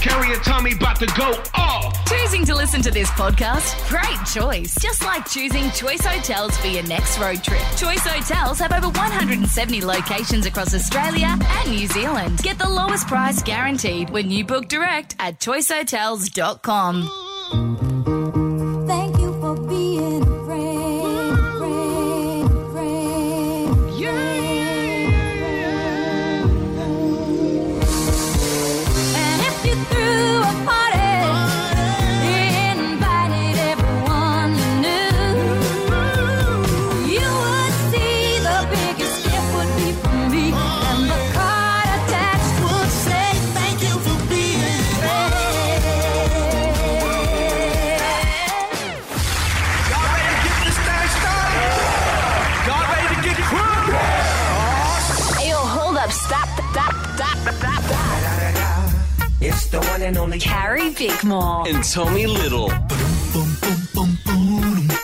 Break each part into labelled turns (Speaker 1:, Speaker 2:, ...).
Speaker 1: Carrier Tommy about to go off.
Speaker 2: Choosing to listen to this podcast? Great choice. Just like choosing Choice Hotels for your next road trip. Choice Hotels have over 170 locations across Australia and New Zealand. Get the lowest price guaranteed when you book direct at choicehotels.com.
Speaker 3: Thank you for being a friend, friend, friend. And if you threw a party, you invited everyone you knew. You would see the biggest gift would be from me, and the card attached would say, "Thank you for being a friend."
Speaker 4: Y'all ready to get this thing started? Y'all ready to get crunk?
Speaker 5: Yo, hold up, stop, stop, stop, stop, stop.
Speaker 4: It's the one and only
Speaker 2: Carrie Bickmore.
Speaker 6: and Tommy Little.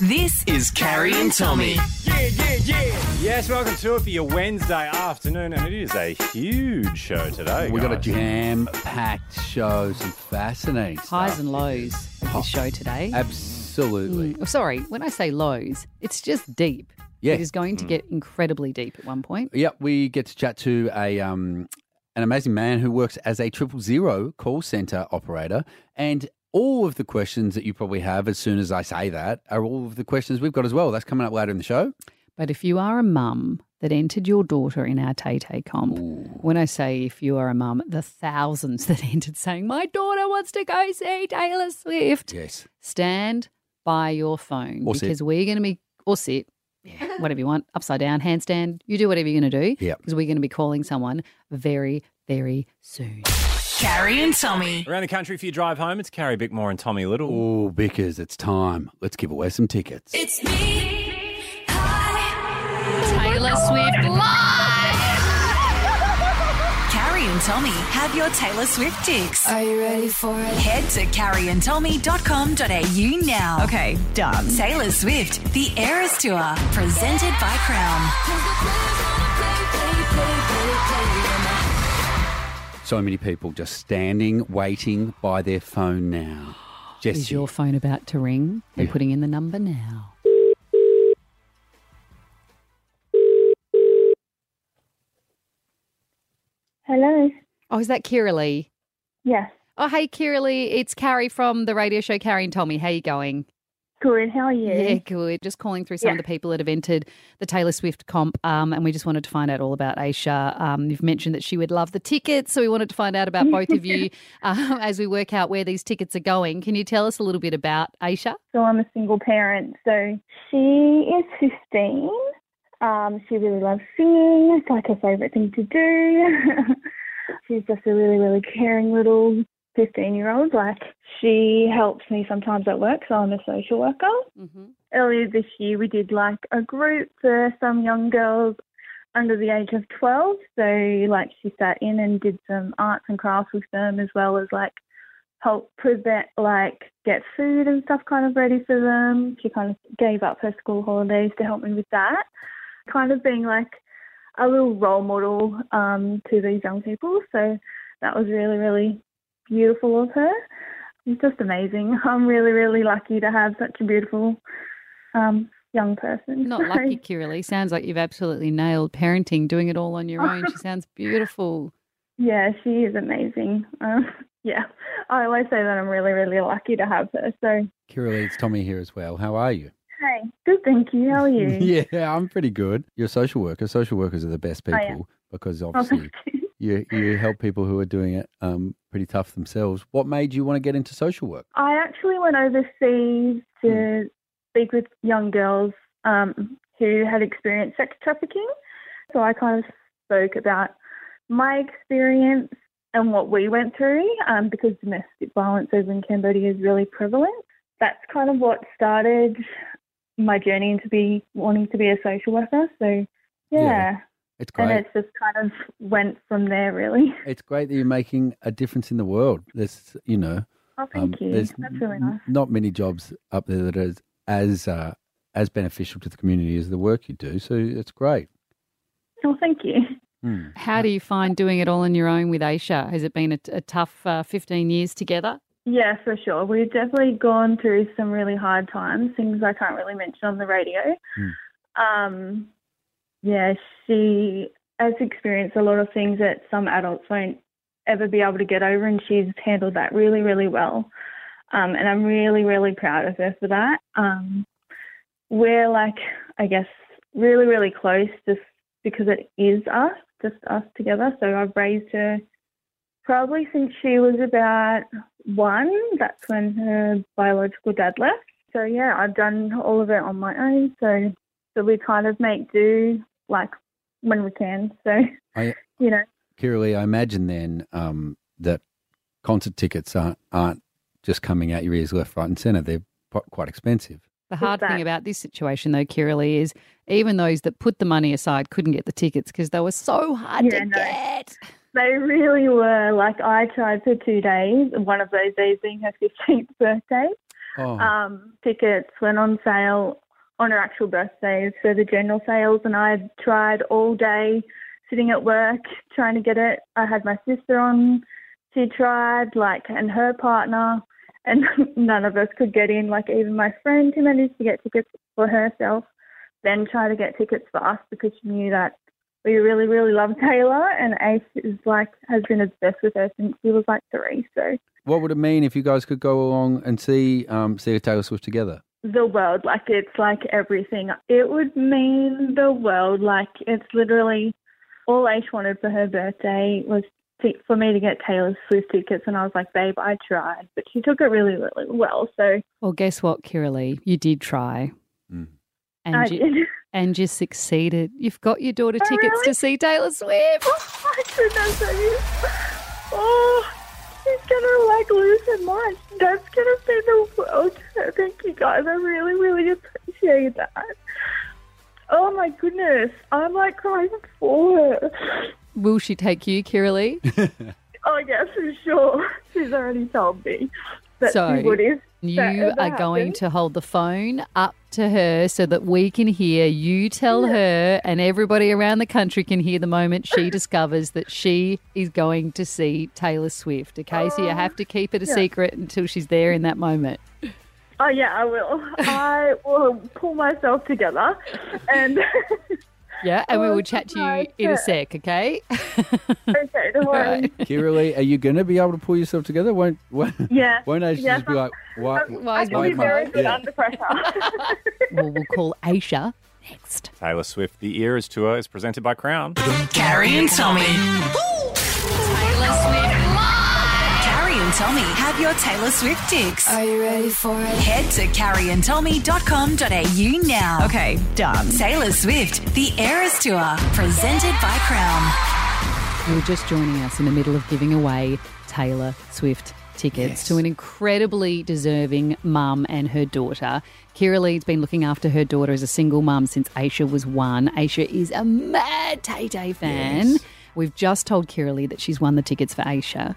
Speaker 2: This
Speaker 6: Is Carrie and Tommy.
Speaker 4: Yeah, yeah, yeah.
Speaker 7: Yes, welcome to it for your Wednesday afternoon, and it is a huge show today.
Speaker 8: We've got a
Speaker 7: guys.
Speaker 8: jam-packed show, some fascinating stuff.
Speaker 9: highs and lows of this show today.
Speaker 8: Absolutely.
Speaker 9: Oh, sorry, when I say lows, it's just deep.
Speaker 8: Yeah. Mm.
Speaker 9: It is going to get incredibly deep at one point.
Speaker 8: Yep, we get to chat to a um, an amazing man who works as a triple zero call center operator, and all of the questions that you probably have as soon as I say that are all of the questions we've got as well. That's coming up later in the show.
Speaker 9: But if you are a mum that entered your daughter in our Tay Tay comp, when I say if you are a mum, the thousands that entered saying, My daughter wants to go see Taylor Swift,
Speaker 8: Yes.
Speaker 9: stand by your phone
Speaker 8: Or sit.
Speaker 9: because we're going to be, or sit, yeah, whatever you want, upside down, handstand, you do whatever you're going to do
Speaker 8: Yep.
Speaker 9: because we're going to be calling someone very, very soon.
Speaker 2: Carrie and Tommy.
Speaker 7: Around the country for your drive home, it's Carrie Bickmore and Tommy Little.
Speaker 8: Oh, Bickers, it's time. Let's give away some tickets.
Speaker 3: It's me. Hi.
Speaker 9: Taylor Swift
Speaker 2: Carrie and Tommy have your Taylor Swift ticks.
Speaker 3: Are you ready for it?
Speaker 2: Head to carrieandtommy.com.au now. Okay, done. Taylor Swift, The Eras Tour, presented by Crown.
Speaker 8: So many people just standing, waiting by their phone now. Jesse.
Speaker 9: Is your phone about to ring? They're putting in the number now.
Speaker 10: Hello.
Speaker 9: Oh, is that Kira Lee?
Speaker 10: Yes.
Speaker 9: Oh, hey, Kira Lee. It's Carrie from the radio show Carrie and Tommy. How you going?
Speaker 10: Good. How are you?
Speaker 9: Yeah, good. Just calling through some of
Speaker 10: Yeah.
Speaker 9: the people that have entered the Taylor Swift comp, um, and we just wanted to find out all about Aisha. Um, you've mentioned that she would love the tickets, so we wanted to find out about both of you um, as we work out where these tickets are going. Can you tell us a little bit about Aisha?
Speaker 10: So I'm a single parent. So she is 15. Um, she really loves singing. It's like her favorite thing to do. She's just a really, really caring little 15 year old. Like she helps me sometimes at work. So I'm a social worker.
Speaker 9: Mm-hmm.
Speaker 10: Earlier this year, we did like a group for some young girls under the age of 12. So, like, she sat in and did some arts and crafts with them, as well as like help present, like, get food and stuff kind of ready for them. She kind of gave up her school holidays to help me with that, kind of being like a little role model um, to these young people. So, that was really, really beautiful of her. It's just amazing. I'm really, really lucky to have such a beautiful um, young person.
Speaker 9: Not lucky, Kiralee. Sounds like you've absolutely nailed parenting, doing it all on your own. She sounds beautiful.
Speaker 10: Yeah, she is amazing. Um, yeah, I always say that I'm really, really lucky to have her. So,
Speaker 8: Kira Lee, it's Tommy here as well. How are you?
Speaker 10: hey, good, thank you. How are you?
Speaker 8: Yeah, I'm pretty good. You're a social worker. Social workers are the best
Speaker 10: I
Speaker 8: people
Speaker 10: am.
Speaker 8: because
Speaker 10: Oh,
Speaker 8: obviously
Speaker 10: thank you.
Speaker 8: you, you help people who are doing it um, pretty tough themselves. What made you want to get into social work?
Speaker 10: I actually went overseas to
Speaker 8: Hmm.
Speaker 10: speak with young girls um, who had experienced sex trafficking. So I kind of spoke about my experience and what we went through um, because domestic violence over in Cambodia is really prevalent. That's kind of what started my journey into be wanting to be a social worker. So yeah,
Speaker 8: Yeah, It's
Speaker 10: and
Speaker 8: great.
Speaker 10: it's just kind of went from there really.
Speaker 8: It's great that you're making a difference in the world. There's, you know, um,
Speaker 10: Oh, thank you.
Speaker 8: there's
Speaker 10: That's really
Speaker 8: n-
Speaker 10: nice.
Speaker 8: not many jobs up there that are as uh, as beneficial to the community as the work you do. So it's great.
Speaker 10: Well, Oh, thank you.
Speaker 8: Mm.
Speaker 9: How do you find doing it all on your own with Aisha? Has it been a, a tough uh, 15 years together?
Speaker 10: Yeah, for sure. We've definitely gone through some really hard times, things I can't really mention on the radio. Um, yeah, she has experienced a lot of things that some adults won't ever be able to get over, and she's handled that really, really well. Um, and I'm really, really proud of her for that. Um, we're like, I guess, really, really close just because it is us, just us together. So I've raised her probably since she was about one. That's when her biological dad left. So yeah, I've done all of it on my own. So so we kind of make do like when we can. So
Speaker 8: I,
Speaker 10: you know,
Speaker 8: Kiralee, I imagine then um, that concert tickets aren't, aren't just coming out your ears left, right, and centre. They're po- quite expensive.
Speaker 9: The hard thing about this situation, though, Kiralee, is even those that put the money aside couldn't get the tickets because they were so hard to get.
Speaker 10: They really were. Like I tried for two days, and one of those days being her fifteenth birthday.
Speaker 8: Oh.
Speaker 10: Um, tickets went on sale on her actual birthday for the general sales, and I tried all day sitting at work trying to get it. I had my sister on; she tried, like, and her partner, and none of us could get in. Like, even my friend who managed to get tickets for herself, then tried to get tickets for us because she knew that we really, really love Taylor, and Ace is like has been obsessed with her since he was like three. So
Speaker 8: What would it mean if you guys could go along and see um, see Taylor Swift together?
Speaker 10: the world. Like it's like everything. It would mean the world. Like it's literally all Aisha wanted for her birthday was to, for me to get Taylor Swift tickets, and I was like, babe, I tried, but she took it really, really well. So
Speaker 9: Well, guess what, Kiralee? You did try. And,
Speaker 10: I
Speaker 9: you,
Speaker 10: did.
Speaker 9: and you succeeded. You've got your daughter tickets to see Taylor Swift.
Speaker 10: Oh my goodness, I mean, oh, she's gonna like lose her mind. That's gonna be the world. to her. Thank you guys. I really, really appreciate that. Oh my goodness, I'm like crying for her.
Speaker 9: Will she take you, Kiralee?
Speaker 10: Oh yeah, for sure. She's already told me that
Speaker 9: so
Speaker 10: she would if
Speaker 9: you
Speaker 10: that
Speaker 9: are
Speaker 10: ever
Speaker 9: going
Speaker 10: happened.
Speaker 9: to hold the phone up to her so that we can hear you tell her and everybody around the country can hear the moment she discovers that she is going to see Taylor Swift. Okay, so you have to keep it a
Speaker 10: Oh, yeah.
Speaker 9: secret until she's there in that moment.
Speaker 10: Oh yeah, I will. I will pull myself together, and
Speaker 9: Yeah, and we
Speaker 10: Oh,
Speaker 9: will chat to you
Speaker 10: nice.
Speaker 9: in a sec, okay?
Speaker 10: okay, don't worry.
Speaker 8: Kiralee, are you going to be able to pull yourself together? Won't won't,
Speaker 10: Yeah.
Speaker 8: won't Aisha
Speaker 10: Yeah.
Speaker 8: just be like, why?
Speaker 9: Why
Speaker 10: Um, I
Speaker 9: is
Speaker 10: can
Speaker 9: my
Speaker 10: be very
Speaker 9: mic-
Speaker 10: good
Speaker 8: Yeah.
Speaker 10: under pressure.
Speaker 9: well, we'll call Aisha.
Speaker 7: Taylor Swift, The Eras Tour is presented by Crown.
Speaker 6: Carrie and Tommy.
Speaker 2: Taylor Swift live. Carrie and Tommy have your Taylor Swift fix.
Speaker 5: Are you ready for it?
Speaker 2: Head to carrieandtommy.com.au now. Okay, done. Taylor Swift, The Eras Tour, presented by Crown.
Speaker 9: You were just joining us in the middle of giving away Taylor Swift tickets to an incredibly deserving mum and her daughter. Kira Lee's been looking after her daughter as a single mum since Aisha was one. Aisha is a mad Tay Tay fan. We've just told Kira Lee that she's won the tickets for Aisha.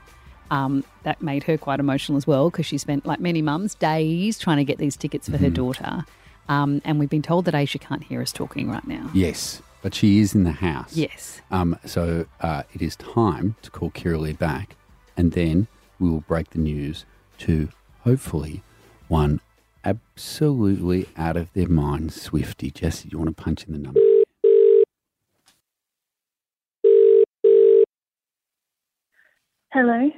Speaker 9: Um, that made her quite emotional as well because she spent, like many mums, days trying to get these tickets for her
Speaker 8: Mm.
Speaker 9: daughter. Um, and we've been told that Aisha can't hear us talking right now.
Speaker 8: Yes, but she is in the house.
Speaker 9: Yes.
Speaker 8: Um, so uh, it is time to call Kiralee back, and then we will break the news to hopefully one absolutely out of their mind Swifty. Jesse, you want to punch in the number?
Speaker 10: Hello.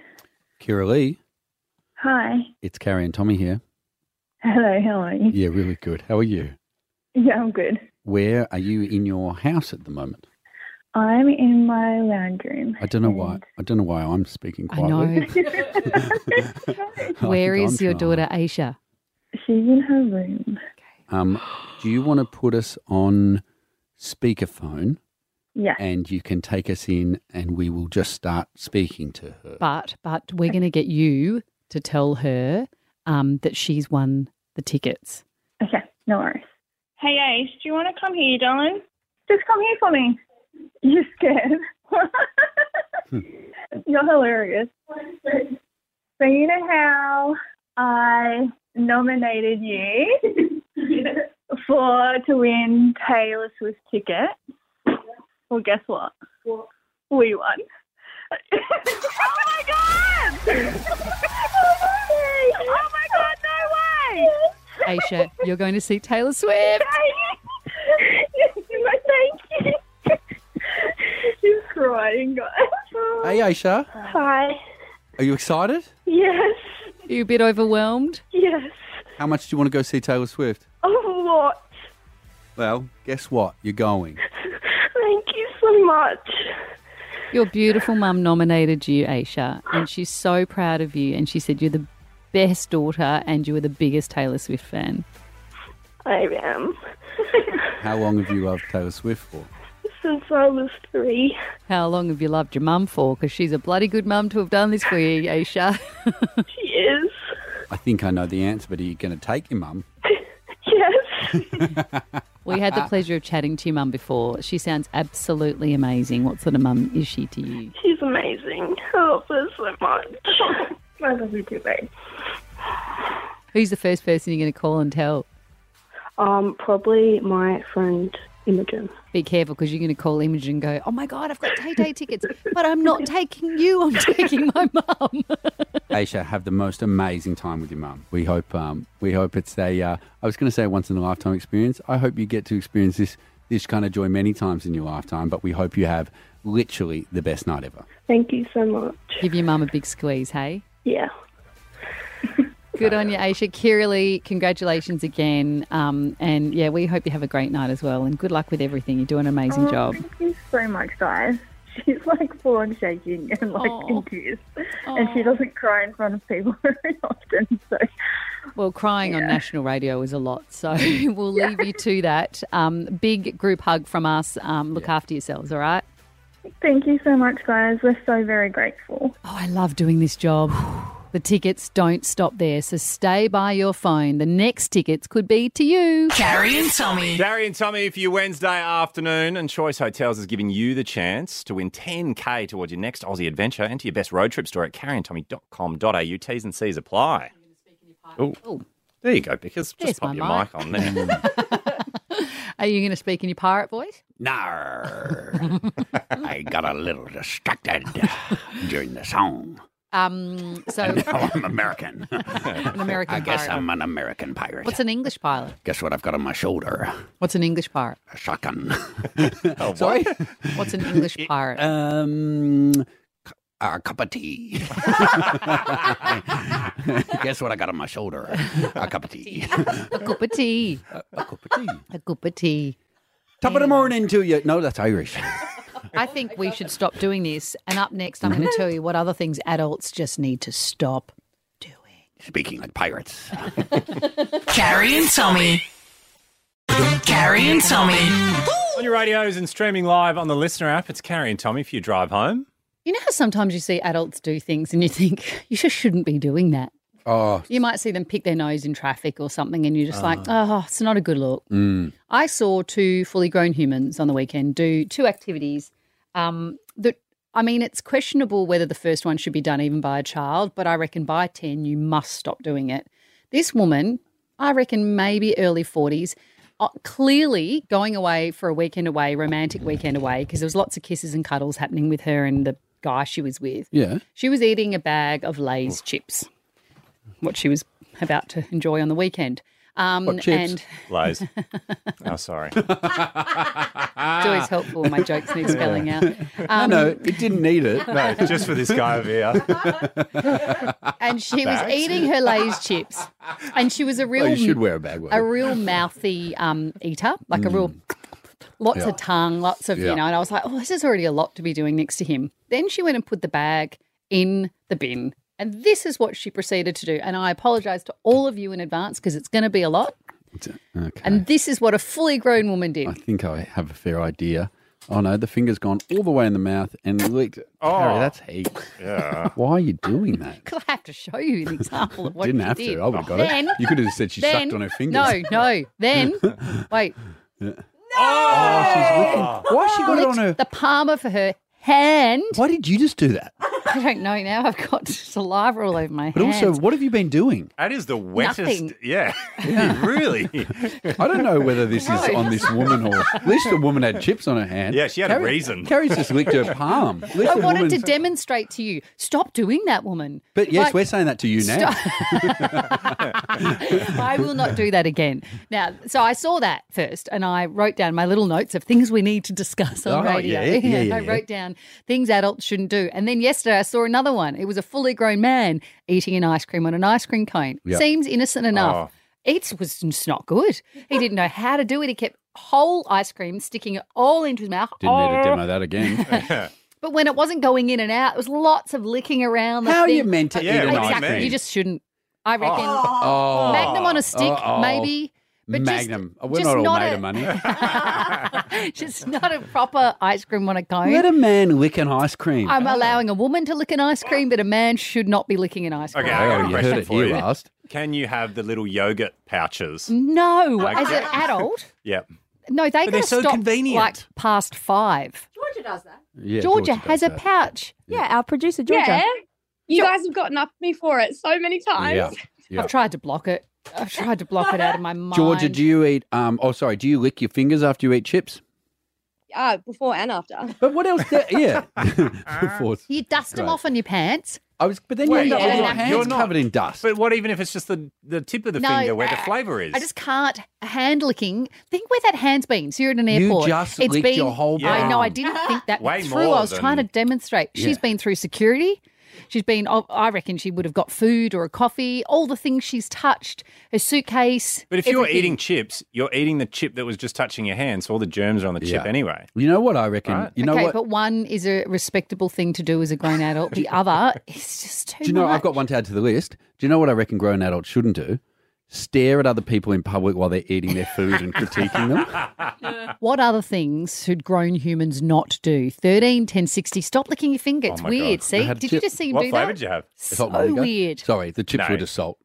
Speaker 8: Kiralee,
Speaker 10: Hi.
Speaker 8: it's Carrie and Tommy here.
Speaker 10: Hello. How are you?
Speaker 8: Yeah, really good. How are you?
Speaker 10: Yeah, I'm good.
Speaker 8: Where are you in your house at the moment?
Speaker 10: I'm in my lounge room.
Speaker 8: I don't know why. I don't know why I'm speaking
Speaker 9: I know.
Speaker 8: quietly. I
Speaker 9: Where
Speaker 8: think
Speaker 9: is
Speaker 8: I'm
Speaker 9: your
Speaker 8: trying.
Speaker 9: daughter, Aisha?
Speaker 10: She's in her room.
Speaker 8: Um, do you want to put us on speakerphone
Speaker 10: Yeah.
Speaker 8: and you can take us in and we will just start speaking to her?
Speaker 9: But but we're going to get you to tell her um, that she's won the tickets.
Speaker 10: Okay. No worries.
Speaker 11: Hey Ace, do you want to come here, darling?
Speaker 10: Just come here for me. You're scared.
Speaker 11: Hmm.
Speaker 10: You're hilarious. So you know how I nominated you for to win Taylor Swift ticket. Well, guess what? We won. Oh
Speaker 3: Oh my god, no way!
Speaker 9: Aisha, you're going to see Taylor Swift.
Speaker 10: Thank you. She's crying, guys.
Speaker 8: Hey, Aisha,
Speaker 10: Hi.
Speaker 8: are you excited?
Speaker 10: Yes.
Speaker 9: Are you a bit overwhelmed?
Speaker 10: Yes.
Speaker 8: How much do you want to go see Taylor Swift?
Speaker 10: Oh, what?
Speaker 8: Well, guess what? You're going.
Speaker 10: Thank you so much.
Speaker 9: Your beautiful mum nominated you, Aisha, and she's so proud of you. And she said you're the best daughter and you were the biggest Taylor Swift fan.
Speaker 10: I am.
Speaker 8: How long have you loved Taylor Swift for?
Speaker 10: Since I was three.
Speaker 9: How long have you loved your mum for? Because she's a bloody good mum to have done this for you, Aisha.
Speaker 10: She is.
Speaker 8: I think I know the answer, but are you going to take your mum?
Speaker 9: We had the pleasure of chatting to your mum before. She sounds absolutely amazing. What sort of mum is she to you?
Speaker 10: She's amazing. I love her so much. I love you too, babe.
Speaker 9: Who's the first person you're going to call and tell?
Speaker 10: Um, probably my friend Imogen.
Speaker 9: Be careful because you're going to call Imogen and go, oh my God, I've got Tay Tay tickets, but I'm not taking you, I'm taking my mum.
Speaker 8: Aisha, have the most amazing time with your mum. We hope um, we hope it's a. Uh, I was going to say once in a lifetime experience. I hope you get to experience this this kind of joy many times in your lifetime. But we hope you have literally the best night ever.
Speaker 10: Thank you so much.
Speaker 9: Give your mum a big squeeze, hey?
Speaker 10: Yeah.
Speaker 9: Good on you, Aisha. Kiralee, congratulations again. Um, and yeah, we hope you have a great night as well. And good luck with everything. You do an amazing
Speaker 10: Oh,
Speaker 9: job.
Speaker 10: Thank you so much, guys. She's like full on shaking and like in tears. And she doesn't cry in front of people very often. So
Speaker 9: Well, crying on national radio is a lot, so we'll leave you to that. Um, big group hug from us. Um, look after yourselves, all right?
Speaker 10: thank you so much, guys. We're so very grateful.
Speaker 9: Oh, I love doing this job. The tickets don't stop there, so stay by your phone. The next tickets could be to you.
Speaker 6: Carrie and Tommy.
Speaker 7: Gary and Tommy for your Wednesday afternoon, and Choice Hotels is giving you the chance to win 10K towards your next Aussie adventure and to your best road trip store at carrieandtommy.com.au. T's and C's apply. Oh, there you go, Bickers.
Speaker 9: There's
Speaker 7: Just pop
Speaker 9: my
Speaker 7: your
Speaker 9: mic.
Speaker 7: mic on there.
Speaker 9: Are you going to speak in your pirate voice?
Speaker 8: No, I got a little distracted during the song.
Speaker 9: Um, so,
Speaker 8: And now I'm American. an
Speaker 9: American
Speaker 8: I guess
Speaker 9: pirate.
Speaker 8: I'm an American pirate.
Speaker 9: what's an English pilot?
Speaker 8: guess what I've got on my shoulder?
Speaker 9: What's an English pirate?
Speaker 8: A shotgun. Sorry.
Speaker 9: What's an English pirate?
Speaker 8: Um, cu- a cup of tea. Guess what I got on my shoulder? A cup of tea.
Speaker 9: a cup of tea.
Speaker 8: a cup of tea.
Speaker 9: A cup of tea.
Speaker 8: Top of the morning to you. No, that's Irish.
Speaker 9: I think we should stop doing this. And up next, I'm going to tell you what other things adults just need to stop.
Speaker 8: Speaking like pirates.
Speaker 6: Carrie and Tommy. Carrie and Tommy.
Speaker 7: on your radios and streaming live on the listener app, it's Carrie and Tommy for your drive home.
Speaker 9: You know how sometimes you see adults do things and you think, you just shouldn't be doing that.
Speaker 8: Oh,
Speaker 9: You might see them pick their nose in traffic or something, and you're just like, oh, it's not a good look.
Speaker 8: mm.
Speaker 9: I saw two fully grown humans on the weekend do two activities um, that, I mean, it's questionable whether the first one should be done even by a child, but I reckon by 10, you must stop doing it. This woman, I reckon maybe early 40s, uh, clearly going away for a weekend away, romantic weekend away, because there was lots of kisses and cuddles happening with her and the guy she was with.
Speaker 8: yeah.
Speaker 9: She was eating a bag of Lay's chips, what she was about to enjoy on the weekend. Um,
Speaker 7: What chips?
Speaker 9: And
Speaker 7: Lays. oh, sorry.
Speaker 9: it's always helpful. My jokes need spelling out.
Speaker 8: I
Speaker 9: Um,
Speaker 8: know it didn't need it.
Speaker 7: No, just for this guy over here.
Speaker 9: And she was
Speaker 7: Bags?
Speaker 9: eating her Lay's chips, and she was a real
Speaker 8: Well, Oh, you should wear a bag. wouldn't
Speaker 9: a
Speaker 8: you?
Speaker 9: real mouthy um, eater, like a real lots
Speaker 8: Yeah.
Speaker 9: of tongue, lots of
Speaker 8: Yeah.
Speaker 9: you know. And I was like, oh, this is already a lot to be doing next to him. Then she went and put the bag in the bin, and this is what she proceeded to do. And I apologise to all of you in advance because it's going to be a lot.
Speaker 8: Okay.
Speaker 9: And this is what a fully grown woman did.
Speaker 8: I think I have a fair idea. Oh no, the finger's gone all the way in the mouth and licked. Oh, Harry, that's heaps.
Speaker 7: Yeah.
Speaker 8: Why are you doing that?
Speaker 9: Because I have to show you an example of what
Speaker 8: Didn't
Speaker 9: she
Speaker 8: have
Speaker 9: did.
Speaker 8: to. I would have got
Speaker 9: Then-
Speaker 8: it. You could have just said she
Speaker 9: then,
Speaker 8: sucked on her fingers.
Speaker 9: No, no. Then, wait.
Speaker 7: Ah.
Speaker 8: Oh, she's licking. Why has she got it on
Speaker 9: Licked
Speaker 8: her?
Speaker 9: the palm of her hand.
Speaker 8: Why did you just do that?
Speaker 9: I don't know now. I've got saliva all over my
Speaker 8: But
Speaker 9: hands.
Speaker 8: also, what have you been doing?
Speaker 7: That is the wettest.
Speaker 9: Nothing.
Speaker 7: Yeah, really.
Speaker 8: I don't know whether this is on this woman or at least the woman had chips on her hand.
Speaker 7: Yeah, she had a reason.
Speaker 8: Carrie's just licked her palm. At least
Speaker 9: I
Speaker 8: the
Speaker 9: wanted to
Speaker 8: woman's-
Speaker 9: demonstrate to you. Stop doing that, woman.
Speaker 8: But yes,
Speaker 9: Like,
Speaker 8: we're saying that to you now.
Speaker 9: I will not do that again. Now, so I saw that first and I wrote down my little notes of things we need to discuss on
Speaker 12: Oh,
Speaker 9: radio.
Speaker 12: yeah, yeah, yeah,
Speaker 9: I
Speaker 12: yeah.
Speaker 9: wrote down things adults shouldn't do. And then yesterday I saw another one. It was a fully grown man eating an ice cream on an ice cream cone.
Speaker 12: Yeah.
Speaker 9: Seems innocent enough.
Speaker 12: Oh.
Speaker 9: It was just not good. He didn't know how to do it. He kept whole ice cream, sticking it all into his mouth.
Speaker 8: Didn't need to
Speaker 9: Oh.
Speaker 8: demo that again.
Speaker 9: But when it wasn't going in and out, it was lots of licking around. The
Speaker 8: How are you
Speaker 9: thing.
Speaker 8: meant to Yeah, eat an ice
Speaker 9: exactly.
Speaker 8: cream?
Speaker 9: You just shouldn't. I reckon.
Speaker 8: Oh.
Speaker 9: Magnum on a stick,
Speaker 8: Uh-oh.
Speaker 9: maybe. But just-
Speaker 8: Magnum. Uh, We're not
Speaker 9: just
Speaker 8: all
Speaker 9: not
Speaker 8: made
Speaker 9: a-
Speaker 8: of money.
Speaker 9: Just, not a proper ice cream on a cone.
Speaker 8: Let a man lick an ice cream.
Speaker 9: I'm allowing a woman to lick an ice cream, but a man should not be licking an ice cream.
Speaker 7: Okay, I got a
Speaker 8: you
Speaker 7: question
Speaker 8: heard it
Speaker 7: for
Speaker 8: here
Speaker 7: you.
Speaker 8: last.
Speaker 7: Can you have the little yogurt pouches?
Speaker 9: Mm. No,
Speaker 7: Okay.
Speaker 9: as an adult,
Speaker 7: Yep.
Speaker 9: no, they
Speaker 7: But
Speaker 9: gotta
Speaker 7: they're so
Speaker 9: stop
Speaker 7: convenient.
Speaker 9: like past five.
Speaker 13: Georgia does that.
Speaker 8: Yeah,
Speaker 9: Georgia,
Speaker 8: Georgia
Speaker 9: has a pouch. Yeah. our producer
Speaker 13: Georgia. You guys have gotten up me for it so many times.
Speaker 8: Yeah, yeah.
Speaker 9: I've tried to block it. I've tried to block it out of my mind.
Speaker 8: Georgia, do you eat? Um, oh, sorry. Do you lick your fingers after you eat chips?
Speaker 13: Ah, before and after.
Speaker 8: But what else? Yeah. Before-
Speaker 9: You dust them
Speaker 8: Great.
Speaker 9: off on your pants.
Speaker 8: I was, but then you
Speaker 9: Wait,
Speaker 8: end up
Speaker 9: yeah.
Speaker 8: with your
Speaker 9: You're
Speaker 8: hands
Speaker 7: not-
Speaker 8: covered in dust.
Speaker 7: But what even if it's just the, the tip of the
Speaker 9: No,
Speaker 7: finger where the
Speaker 9: uh,
Speaker 7: flavour is?
Speaker 9: I just can't hand licking. Think where that hand's been. So you're at an
Speaker 7: You
Speaker 9: airport.
Speaker 7: just
Speaker 9: It's
Speaker 7: licked
Speaker 9: been-
Speaker 7: your whole
Speaker 9: I know. I
Speaker 7: palm.
Speaker 9: didn't think that
Speaker 7: Way
Speaker 9: through.
Speaker 7: more
Speaker 9: I was trying to
Speaker 7: than-
Speaker 9: demonstrate.
Speaker 7: Yeah.
Speaker 9: She's been through security. She's been. oh, I reckon she would have got food or a coffee. All the things she's touched. Her suitcase.
Speaker 7: but if you're
Speaker 9: everything.
Speaker 7: eating chips, you're eating the chip that was just touching your hand, so all the germs are on the chip
Speaker 8: Yeah.
Speaker 7: anyway.
Speaker 8: You know what I reckon? You know
Speaker 9: okay,
Speaker 8: what?
Speaker 9: but one is a respectable thing to do as a grown adult. The other is just too
Speaker 8: Do you know?
Speaker 9: much.
Speaker 8: I've got one to add to the list. Do you know what I reckon grown adults shouldn't do? Stare at other people in public while they're eating their food and critiquing them.
Speaker 9: What other things should grown humans not do? 13, 10, 60. Stop licking your finger.
Speaker 7: Oh
Speaker 9: It's weird. See?
Speaker 8: I had a
Speaker 9: Did you
Speaker 8: chip.
Speaker 9: just see him do that? So
Speaker 8: Salt vinegar?
Speaker 9: weird.
Speaker 8: Sorry, the chips were just salt.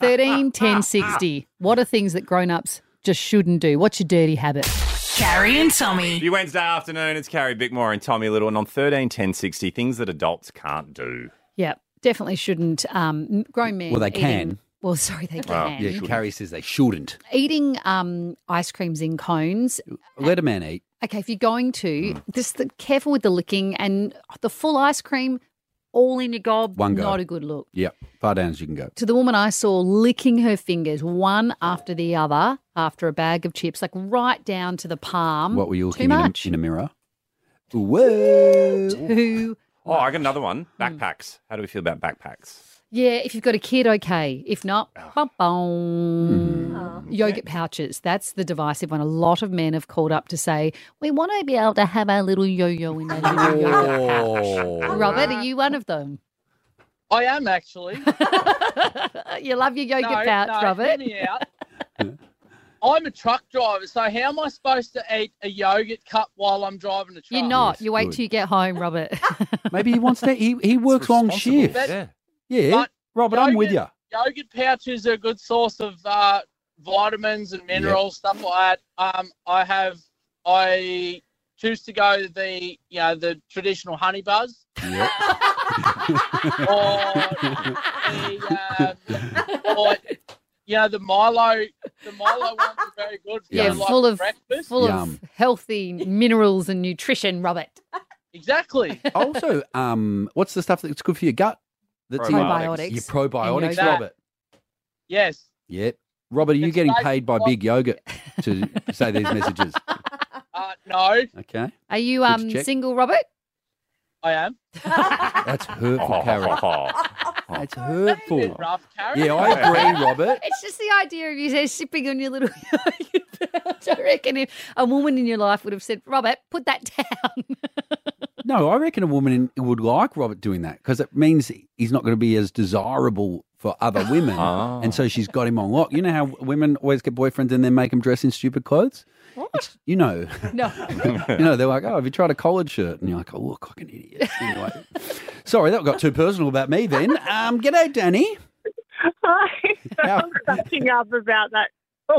Speaker 9: 13, 10, 60. What are things that grown ups just shouldn't do? What's your dirty habit?
Speaker 6: Carrie and Tommy.
Speaker 7: Your Wednesday afternoon, it's Carrie Bickmore and Tommy Little, and on 13 10 60, things that adults can't do.
Speaker 9: Yeah, definitely shouldn't. Um, grown men.
Speaker 8: Well, they
Speaker 9: eating-
Speaker 8: can.
Speaker 9: Well, sorry, they
Speaker 8: Wow.
Speaker 9: can.
Speaker 8: Yeah, Carrie says they shouldn't.
Speaker 9: Eating um, ice creams in cones.
Speaker 8: Let a man eat.
Speaker 9: Okay, if you're going to,
Speaker 8: Mm.
Speaker 9: just the, careful with the licking and the full ice cream all in your gob.
Speaker 8: One go.
Speaker 9: Not a good look.
Speaker 8: Yeah, far down as you can go.
Speaker 9: to the woman I saw licking her fingers one after the other after a bag of chips, like right down to the palm.
Speaker 8: What were you looking
Speaker 9: Too
Speaker 8: in a,
Speaker 9: much.
Speaker 8: in a mirror? Whoa.
Speaker 9: Too.
Speaker 7: Oh, I got another one
Speaker 9: Hmm.
Speaker 7: backpacks. How do we feel about backpacks?
Speaker 9: Yeah, if you've got a kid, okay. If not,
Speaker 8: Ah.
Speaker 9: bum,
Speaker 8: Hmm.
Speaker 9: bum. yogurt pouches. That's the divisive one. A lot of men have called up to say, we want to be able to have our little yo-yo in that little
Speaker 8: Oh,
Speaker 9: yogurt pouch. Robert, are you one of them?
Speaker 14: I am actually.
Speaker 9: you love your yogurt
Speaker 14: no,
Speaker 9: pouch,
Speaker 14: no, hear
Speaker 9: Robert.
Speaker 14: me out. I'm a truck driver, so how am I supposed to eat a yogurt cup while I'm driving a truck?
Speaker 9: You're not. you wait
Speaker 8: good.
Speaker 9: till you get home, Robert.
Speaker 8: Maybe he wants to. He, he works long shifts.
Speaker 14: Yeah.
Speaker 8: Yeah.
Speaker 14: But
Speaker 8: Robert, I'm with you.
Speaker 14: Yogurt pouches are a good source of uh, vitamins and minerals, stuff like that. Um, I have, I choose to go the, you know, the traditional honey buzz. the, um, or, you know, the Milo, the Milo ones are very good. for,
Speaker 9: Yeah,
Speaker 14: like,
Speaker 9: full of
Speaker 14: breakfast.
Speaker 9: full
Speaker 8: Yum.
Speaker 9: of healthy minerals and nutrition, Robert.
Speaker 14: Exactly.
Speaker 8: also, um, what's the stuff that's good for your gut? That's in-
Speaker 9: Probiotics.
Speaker 8: Your probiotics,
Speaker 9: And yogurt.
Speaker 8: Robert.
Speaker 14: Yes.
Speaker 8: Yep. Robert, are you getting paid by Big Yogurt to say these messages?
Speaker 14: Uh, no,
Speaker 8: Okay.
Speaker 9: Are you
Speaker 8: Good to
Speaker 9: um
Speaker 8: check.
Speaker 9: single, Robert?
Speaker 14: I am.
Speaker 8: That's hurtful, Carrie. That's hurtful.
Speaker 14: rough, Carrie.
Speaker 8: Yeah, I agree, Robert.
Speaker 9: It's just the idea of you there sipping on your little yogurt pouch. I reckon if a woman in your life would have said, Robert, put that down.
Speaker 8: No, I reckon a woman in- would like Robert doing that because it means he's not going to be as desirable for other women. And so she's got him on lock. You know how women always get boyfriends and then make them dress in stupid clothes? It's- you know.
Speaker 9: No.
Speaker 8: you know, they're like, oh, have you tried a collared shirt? And you're like, oh, look like an idiot. Anyway. Sorry, that got too personal about me then. Um, g'day, Danny.
Speaker 11: Hi. I'm cracking up about that
Speaker 10: Oh,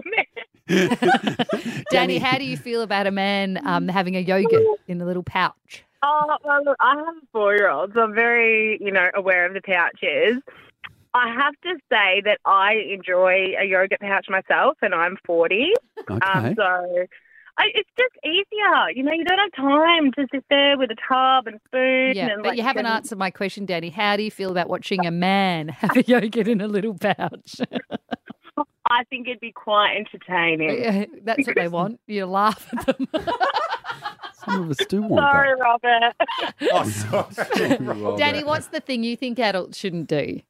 Speaker 11: comment.
Speaker 9: Danny, how do you feel about a man um, having a yogurt in a little pouch?
Speaker 11: Oh, well, I have a four year old, so I'm very, you know, aware of the pouches. I have to say that I enjoy a yogurt pouch myself, and I'm 40.
Speaker 3: Okay.
Speaker 11: Um, so I, it's just easier. You know, you don't have time to sit there with a tub and spoon.
Speaker 9: Yeah,
Speaker 11: and,
Speaker 9: but
Speaker 11: like,
Speaker 9: you haven't
Speaker 11: and-
Speaker 9: answered my question, Danny. How do you feel about watching a man have a yogurt in a little pouch?
Speaker 11: I think it'd be quite entertaining.
Speaker 9: Yeah, That's what they want. You laugh at them.
Speaker 8: Some of us do want
Speaker 11: Sorry, Robert.
Speaker 7: oh, sorry.
Speaker 8: Robert.
Speaker 9: Danny, what's the thing you think adults shouldn't do?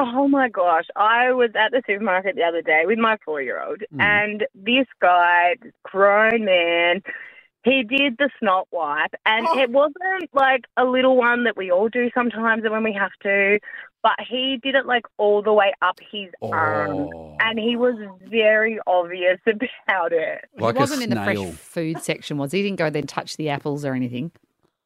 Speaker 11: Oh my gosh. I was at the supermarket the other day with my four year old,
Speaker 9: Mm.
Speaker 11: and this guy, this grown man, he did the snot wipe, and it wasn't like a little one that we all do sometimes and when we have to, but he did it like all the way up his
Speaker 8: Oh.
Speaker 11: arm,
Speaker 9: Um,
Speaker 11: and he was very obvious about it.
Speaker 9: he wasn't in the fresh food section, was he? He didn't go there and touch the apples or anything.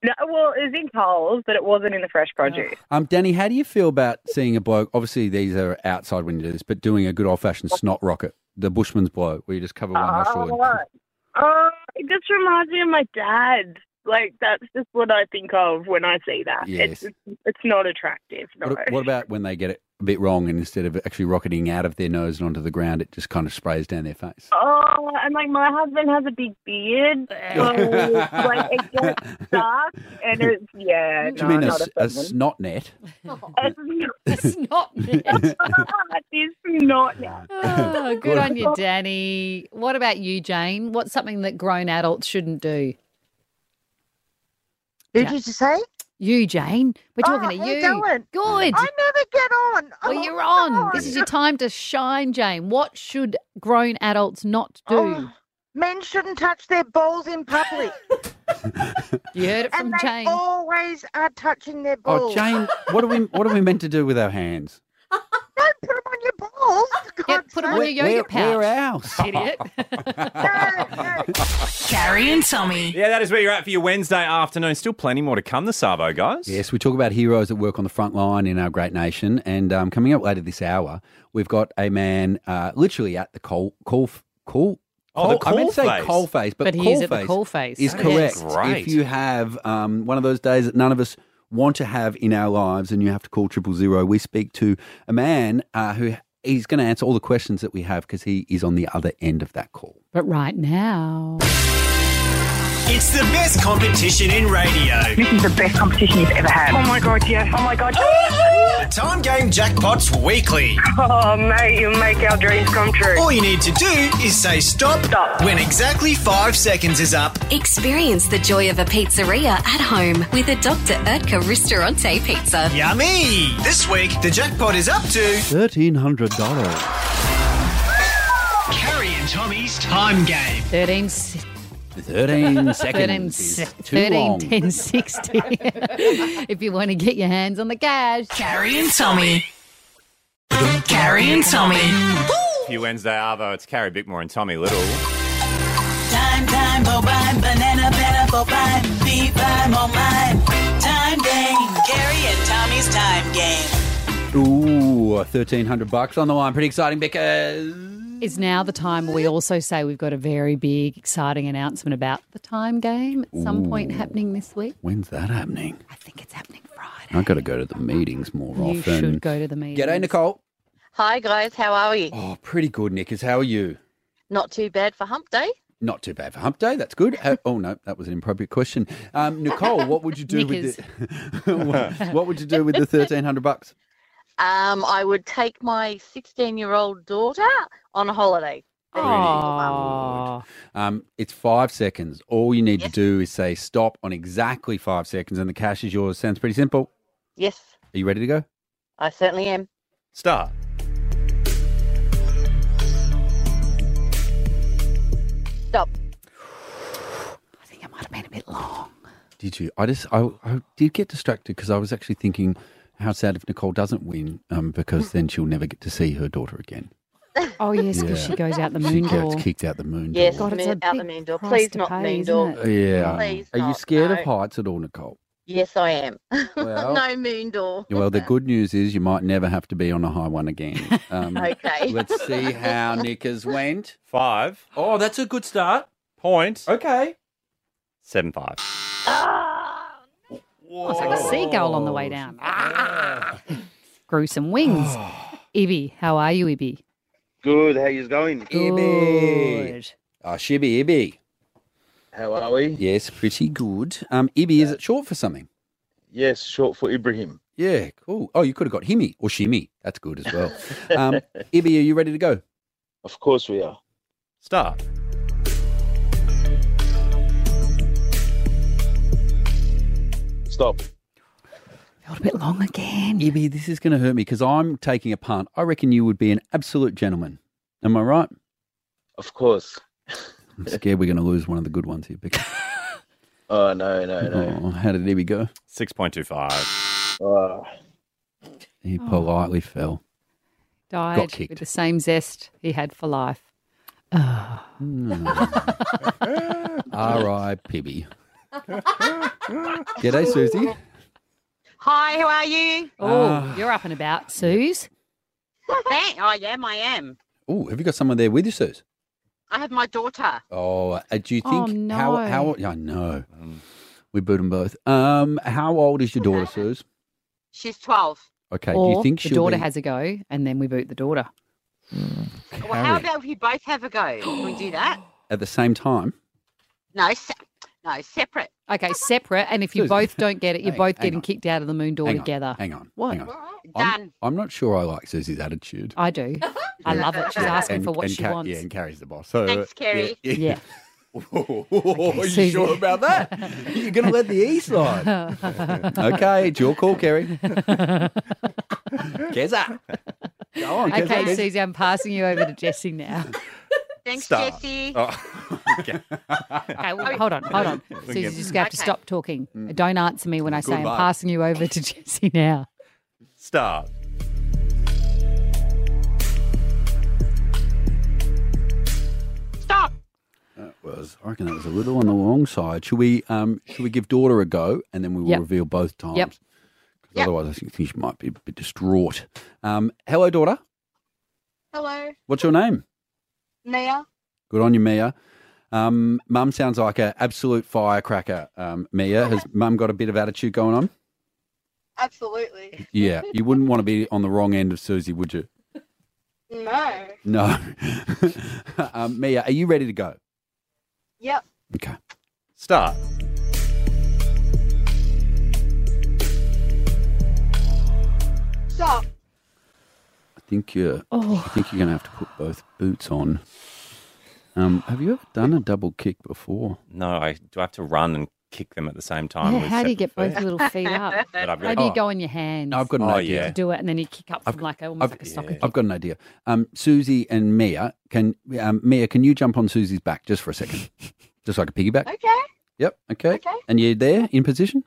Speaker 11: No, well, it was in Coles, but it wasn't in the fresh produce.
Speaker 8: Um, Danny, how do you feel about seeing a bloke? Obviously, these are outside when you do this, but doing a good old fashioned snot rocket, the Bushman's blow, where you just cover one nostril. and-
Speaker 11: Oh, Uh, it just reminds me of my dad. Like that's just what I think of when I see that.
Speaker 8: Yes.
Speaker 11: It's it's not attractive. No.
Speaker 8: What, what about when they get it a bit wrong and instead of actually rocketing out of their nose and onto the ground, it just kind of sprays down their face?
Speaker 11: Oh, and like my husband has a big beard, so Oh, like it gets stuck, and it's yeah.
Speaker 8: Do you
Speaker 11: no,
Speaker 8: mean a,
Speaker 11: not
Speaker 8: s- a snot net?
Speaker 11: It's
Speaker 9: not.
Speaker 11: it's not.
Speaker 9: Oh, good on you, Danny. What about you, Jane? What's something that grown adults shouldn't do?
Speaker 12: Who
Speaker 9: Ja-
Speaker 12: did you say?
Speaker 9: You, Jane. We're talking
Speaker 12: oh,
Speaker 9: to
Speaker 12: how
Speaker 9: you.
Speaker 12: Going?
Speaker 9: Good.
Speaker 12: I never get on.
Speaker 9: Well,
Speaker 12: Oh,
Speaker 9: you're on. This
Speaker 12: God.
Speaker 9: is your time to shine, Jane. What should grown adults not do?
Speaker 12: Oh, Men shouldn't touch their balls in public.
Speaker 9: You heard it
Speaker 12: and
Speaker 9: from
Speaker 12: they
Speaker 9: Jane.
Speaker 12: always are touching their
Speaker 8: Oh,
Speaker 12: balls.
Speaker 8: Jane, what are we what are we meant to do with our hands?
Speaker 12: Don't put them on your balls. for God's
Speaker 9: put 'em
Speaker 12: sake.
Speaker 9: on your yogurt pouch.
Speaker 8: Where else?
Speaker 9: Idiot.
Speaker 6: Carrie and Tommy.
Speaker 7: Yeah, that is where you're at for your Wednesday afternoon. Still plenty more to come the Savo, guys.
Speaker 8: Yes, we talk about heroes that work on the front line in our great nation. And um, coming up later this hour, we've got a man uh, literally at the coal coal coal.
Speaker 7: Oh, the
Speaker 8: I meant to say
Speaker 7: coalface.
Speaker 8: coal phase, but,
Speaker 9: But he is at the coalface.
Speaker 8: Is
Speaker 9: That is
Speaker 8: correct.
Speaker 9: great.
Speaker 8: If you have um, one of those days that none of us want to have in our lives, and you have to call triple zero, we speak to a man uh, who he's going to answer all the questions that we have because he is on the other end of that call.
Speaker 9: But right now.
Speaker 15: It's the best competition in radio.
Speaker 16: This is the best competition you've ever had.
Speaker 15: Oh my
Speaker 16: god, yes. Oh my god.
Speaker 15: The Time Game Jackpots Weekly.
Speaker 16: Oh mate, you make our dreams come true.
Speaker 15: All you need to do is say stop, when exactly five seconds is up.
Speaker 2: Experience the joy of a pizzeria at home with a Dr. Ertka Ristorante pizza.
Speaker 15: Yummy! This week, the jackpot is up to
Speaker 8: Thirteen hundred dollars.
Speaker 15: Carrie and Tommy's Time Game.
Speaker 9: 13, s-
Speaker 8: 13
Speaker 9: 13,
Speaker 8: seconds.
Speaker 9: s-
Speaker 8: is too
Speaker 9: 13
Speaker 8: long.
Speaker 9: 10, 60. if you want to get your hands on the cash.
Speaker 6: Carrie and Tommy. Carrie and Tommy.
Speaker 7: For your Wednesday Arvo, it's Carrie Bickmore and Tommy Little.
Speaker 17: Time, time, bovine, banana, pineapple, pine, bovine, oh mine. Time game, Carrie and Tommy's time game.
Speaker 8: Ooh, 1300 bucks on the line. Pretty exciting because.
Speaker 9: Is now the time where we also say we've got a very big, exciting announcement about the time game at some point
Speaker 8: Ooh.
Speaker 9: happening this week?
Speaker 8: When's that happening? I think it's happening Friday. I've got to go to the meetings more often.
Speaker 9: You should go to the meeting.
Speaker 8: G'day, Nicole.
Speaker 18: Hi guys, how are we?
Speaker 8: Oh, pretty good, Nickers. How are you?
Speaker 18: Not too bad for hump day.
Speaker 8: Not too bad for hump day. That's good. Uh, oh, no, that was an inappropriate question. Um, Nicole, what would you do with the, what, what would you do with the 1300 bucks?
Speaker 18: Um, I would take my 16 year old daughter on a holiday. There you go.
Speaker 8: Oh. Um, it's five seconds. All you need to do is say stop on exactly five seconds, and the cash is yours. Sounds pretty simple.
Speaker 18: Yes,
Speaker 8: Are you ready to go?
Speaker 18: I certainly am.
Speaker 8: Start.
Speaker 18: Stop.
Speaker 8: Did you? I just I, I did get distracted because I was actually thinking how sad if Nicole doesn't win, um, because then she'll never get to see her daughter again.
Speaker 9: Oh, yes, because
Speaker 8: Yeah.
Speaker 9: she goes out the
Speaker 8: She
Speaker 9: moon door.
Speaker 8: gets kicked out the moon.
Speaker 18: Yes,
Speaker 8: door.
Speaker 9: God, it's
Speaker 18: moon-
Speaker 9: a
Speaker 18: out
Speaker 9: big
Speaker 18: the moon door.
Speaker 9: price
Speaker 18: Please
Speaker 9: to
Speaker 18: not
Speaker 9: pay,
Speaker 18: moon
Speaker 9: isn't
Speaker 18: door.
Speaker 9: it?
Speaker 8: Yeah.
Speaker 18: Please
Speaker 8: Are you
Speaker 18: not,
Speaker 8: scared of
Speaker 18: no.
Speaker 8: heights at all, Nicole?
Speaker 18: Yes, I am.
Speaker 8: Well-
Speaker 18: no moon door.
Speaker 8: Well, the good news is you might never have to be on a high one again. Um,
Speaker 18: Okay.
Speaker 8: Let's see how Nickers went.
Speaker 7: Five.
Speaker 8: Oh, that's a good start.
Speaker 7: Point.
Speaker 8: Okay.
Speaker 7: Seven five.
Speaker 9: Oh, it's like a seagull on the way down.
Speaker 8: Ah.
Speaker 9: Grew some wings. Ibby, how are you, Ibby?
Speaker 19: Good. How you going?
Speaker 8: Ibby. Oh, Shibby, Ibby.
Speaker 19: How are we?
Speaker 8: Yes, pretty good. Um, Ibby, is it short for something?
Speaker 19: Yes, short for Ibrahim.
Speaker 8: Yeah, cool. Oh, you could have got Himmy or Shimmy. That's good as well. um, Ibby, are you ready to go?
Speaker 19: Of course we are.
Speaker 8: Start.
Speaker 19: Stop.
Speaker 9: Felt a bit long again.
Speaker 8: Ibby, this is going to hurt me because I'm taking a punt. I reckon you would be an absolute gentleman. Am I right?
Speaker 19: Of course.
Speaker 8: I'm scared we're going to lose one of the good ones here. Because,
Speaker 19: Oh no, no, no.
Speaker 8: oh, how did Ibby go?
Speaker 7: 6.25.
Speaker 9: Mm-hmm.
Speaker 19: Ah.
Speaker 8: He politely fell.
Speaker 9: Died with the same zest he had for life.
Speaker 8: R.I. Pibby. G'day, Susie.
Speaker 18: Hi, who are you?
Speaker 9: Oh,
Speaker 8: Ah.
Speaker 9: you're up and about, Suze.
Speaker 18: Thank- I am, I am.
Speaker 8: Oh, have you got someone there with you, Suze?
Speaker 18: I have my daughter.
Speaker 8: Oh, uh, do you
Speaker 18: Oh,
Speaker 8: think how
Speaker 18: no.
Speaker 8: how yeah, I know. We boot them both. Um, how old is your daughter, Suze?
Speaker 18: She's 12.
Speaker 8: Okay,
Speaker 9: or
Speaker 8: do you think
Speaker 9: the
Speaker 8: she'll
Speaker 9: daughter
Speaker 8: be-
Speaker 9: has a go, and then we boot the daughter.
Speaker 18: Well, how about we both have a go? Can we do that?
Speaker 8: at the same time?
Speaker 18: No, se- no, separate.
Speaker 9: Okay, separate. And if you
Speaker 8: Suze.
Speaker 9: both don't get it, you're
Speaker 8: Hang-
Speaker 9: both
Speaker 8: hang
Speaker 9: getting
Speaker 8: on.
Speaker 9: kicked out of the moon door
Speaker 8: Hang on,
Speaker 9: together.
Speaker 8: hang on,
Speaker 9: What?
Speaker 8: hang on. I'm, I'm not sure I like Susie's attitude.
Speaker 9: I do. I love it. She's asking
Speaker 8: And-
Speaker 9: for what
Speaker 8: and
Speaker 9: she
Speaker 8: Ca-
Speaker 9: wants.
Speaker 8: Yeah, and Carrie's the boss. So,
Speaker 9: Thanks, Carrie.
Speaker 8: Yeah.
Speaker 9: Yeah.
Speaker 8: Oh, Are you sure about that? You're going to let the E slide. okay, it's your call, Kerry. Keza. Go on, Keza.
Speaker 9: okay, Susie, I'm passing you over to Jessie now.
Speaker 18: Thanks,
Speaker 8: Start.
Speaker 18: Jessie.
Speaker 7: okay.
Speaker 9: Okay, well, hold on, hold on.
Speaker 18: Okay.
Speaker 9: Susie's just going to have to
Speaker 18: Okay.
Speaker 9: stop talking.
Speaker 8: Mm.
Speaker 9: Don't answer me when I say
Speaker 7: Good
Speaker 9: I'm
Speaker 7: luck.
Speaker 9: passing you over to Jessie now.
Speaker 7: Start.
Speaker 18: Stop.
Speaker 8: That was, I reckon that was a little on the long side. Should we um, should we give daughter a go and then we will
Speaker 9: Yep.
Speaker 8: reveal both times?
Speaker 9: Yep.
Speaker 8: 'Cause Otherwise, I think think she might be a bit distraught. Um, hello, daughter.
Speaker 18: Hello,
Speaker 8: What's your name?
Speaker 18: Mia.
Speaker 8: Good on you, Mia. Um, mum sounds like an absolute firecracker. Um, Mia, has mum got a bit of attitude going on?
Speaker 18: Absolutely.
Speaker 8: Yeah, you wouldn't want to be on the wrong end of Susie, would you?
Speaker 18: No.
Speaker 8: No. um, Mia, are you ready to go?
Speaker 18: Yep.
Speaker 8: Okay.
Speaker 7: Start.
Speaker 18: Stop.
Speaker 8: I think you're.
Speaker 18: Oh.
Speaker 8: I think you're going to have to put both boots on. Um, have you ever done a double kick before?
Speaker 7: No, I do I have to run and kick them at the same time.
Speaker 9: Yeah,
Speaker 7: with
Speaker 9: how do you get
Speaker 7: separate
Speaker 9: both
Speaker 7: feet?
Speaker 9: little feet up?
Speaker 7: But I've got-
Speaker 9: How do you
Speaker 7: oh.
Speaker 9: go on your hands?
Speaker 8: No, I've got an
Speaker 7: Oh,
Speaker 8: idea.
Speaker 7: yeah.
Speaker 9: to do it, and then you kick up from like a, almost
Speaker 8: I've-
Speaker 9: like a soccer kick.
Speaker 8: I've got an idea. Um, Susie and Mia, can um, Mia, can you jump on Susie's back just for a second, just like a piggyback?
Speaker 18: Okay.
Speaker 8: Yep. Okay. And you're there in position.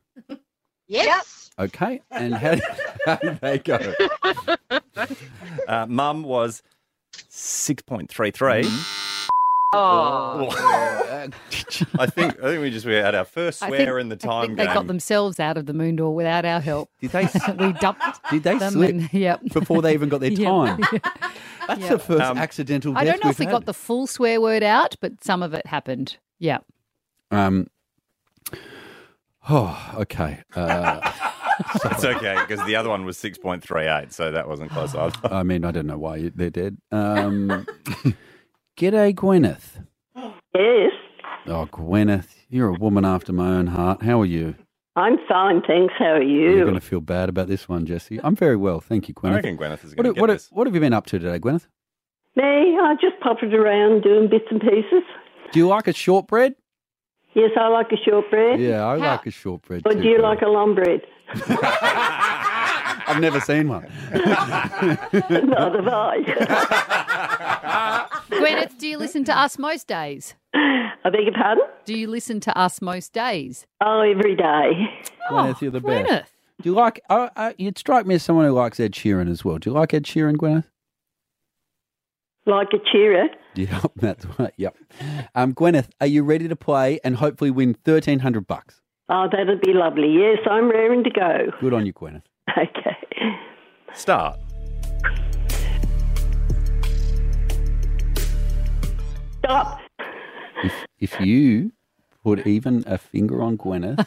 Speaker 18: Yes.
Speaker 8: Okay. And how, how did they go?
Speaker 7: Uh, Mum was 6.33.
Speaker 18: Oh.
Speaker 7: I think I think we just we had our first
Speaker 9: I
Speaker 7: swear
Speaker 9: think-
Speaker 7: in the
Speaker 9: I
Speaker 7: time
Speaker 9: think
Speaker 7: game.
Speaker 9: they got themselves out of the moon door without our help.
Speaker 8: Did they?
Speaker 9: we dumped.
Speaker 8: Did they
Speaker 9: them
Speaker 8: slip
Speaker 9: and- yep.
Speaker 8: before they even got their
Speaker 9: Yeah.
Speaker 8: time? That's
Speaker 9: Yeah.
Speaker 8: the first accidental.
Speaker 9: I
Speaker 8: death
Speaker 9: don't know if
Speaker 8: we've
Speaker 9: we got
Speaker 8: had.
Speaker 9: the full swear word out, but some of it happened. Yeah.
Speaker 8: Um. Oh, okay. Uh,
Speaker 7: it's okay because the other one was 6.38, so that wasn't close either.
Speaker 8: I mean, I don't know why you- they're dead. Um, g'day, Gwyneth.
Speaker 20: Yes,
Speaker 8: Oh, Gwyneth, you're a woman after my own heart. How are you?
Speaker 20: I'm fine, thanks. How are
Speaker 8: You're
Speaker 20: you?
Speaker 8: going to feel bad about this one, Jesse. I'm very well, thank you, Gwyneth.
Speaker 7: I reckon Gwyneth is going
Speaker 8: What,
Speaker 7: to
Speaker 8: have-
Speaker 7: get
Speaker 8: what, have-
Speaker 7: this.
Speaker 8: what have you been up to today, Gwyneth?
Speaker 20: Me, I just potted around doing bits and pieces.
Speaker 8: Do you like a shortbread?
Speaker 20: Yes, I like a shortbread.
Speaker 8: Yeah, I like a shortbread.
Speaker 20: Or
Speaker 8: too,
Speaker 20: do you
Speaker 8: Gwyneth.
Speaker 20: like a long bread?
Speaker 8: I've never seen one.
Speaker 20: Neither have I.
Speaker 9: Gwyneth, do you listen to us most days?
Speaker 20: I beg your pardon?
Speaker 9: Do you listen to us most days? Oh,
Speaker 20: Oh, every day.
Speaker 8: Gwyneth, you're the best. Do you like? Uh, uh, you'd strike me as someone who likes Ed Sheeran as well. Do you like Ed Sheeran, Gwyneth?
Speaker 20: Like a cheerer.
Speaker 8: Yep, that's right. Yep. Um, Gwyneth, are you ready to play and hopefully win thirteen hundred bucks?
Speaker 20: Oh, that'd be lovely. Yes, I'm raring to go.
Speaker 8: Good on you, Gwyneth.
Speaker 20: Okay.
Speaker 7: Start.
Speaker 20: Stop.
Speaker 8: If you put even a finger on Gwyneth,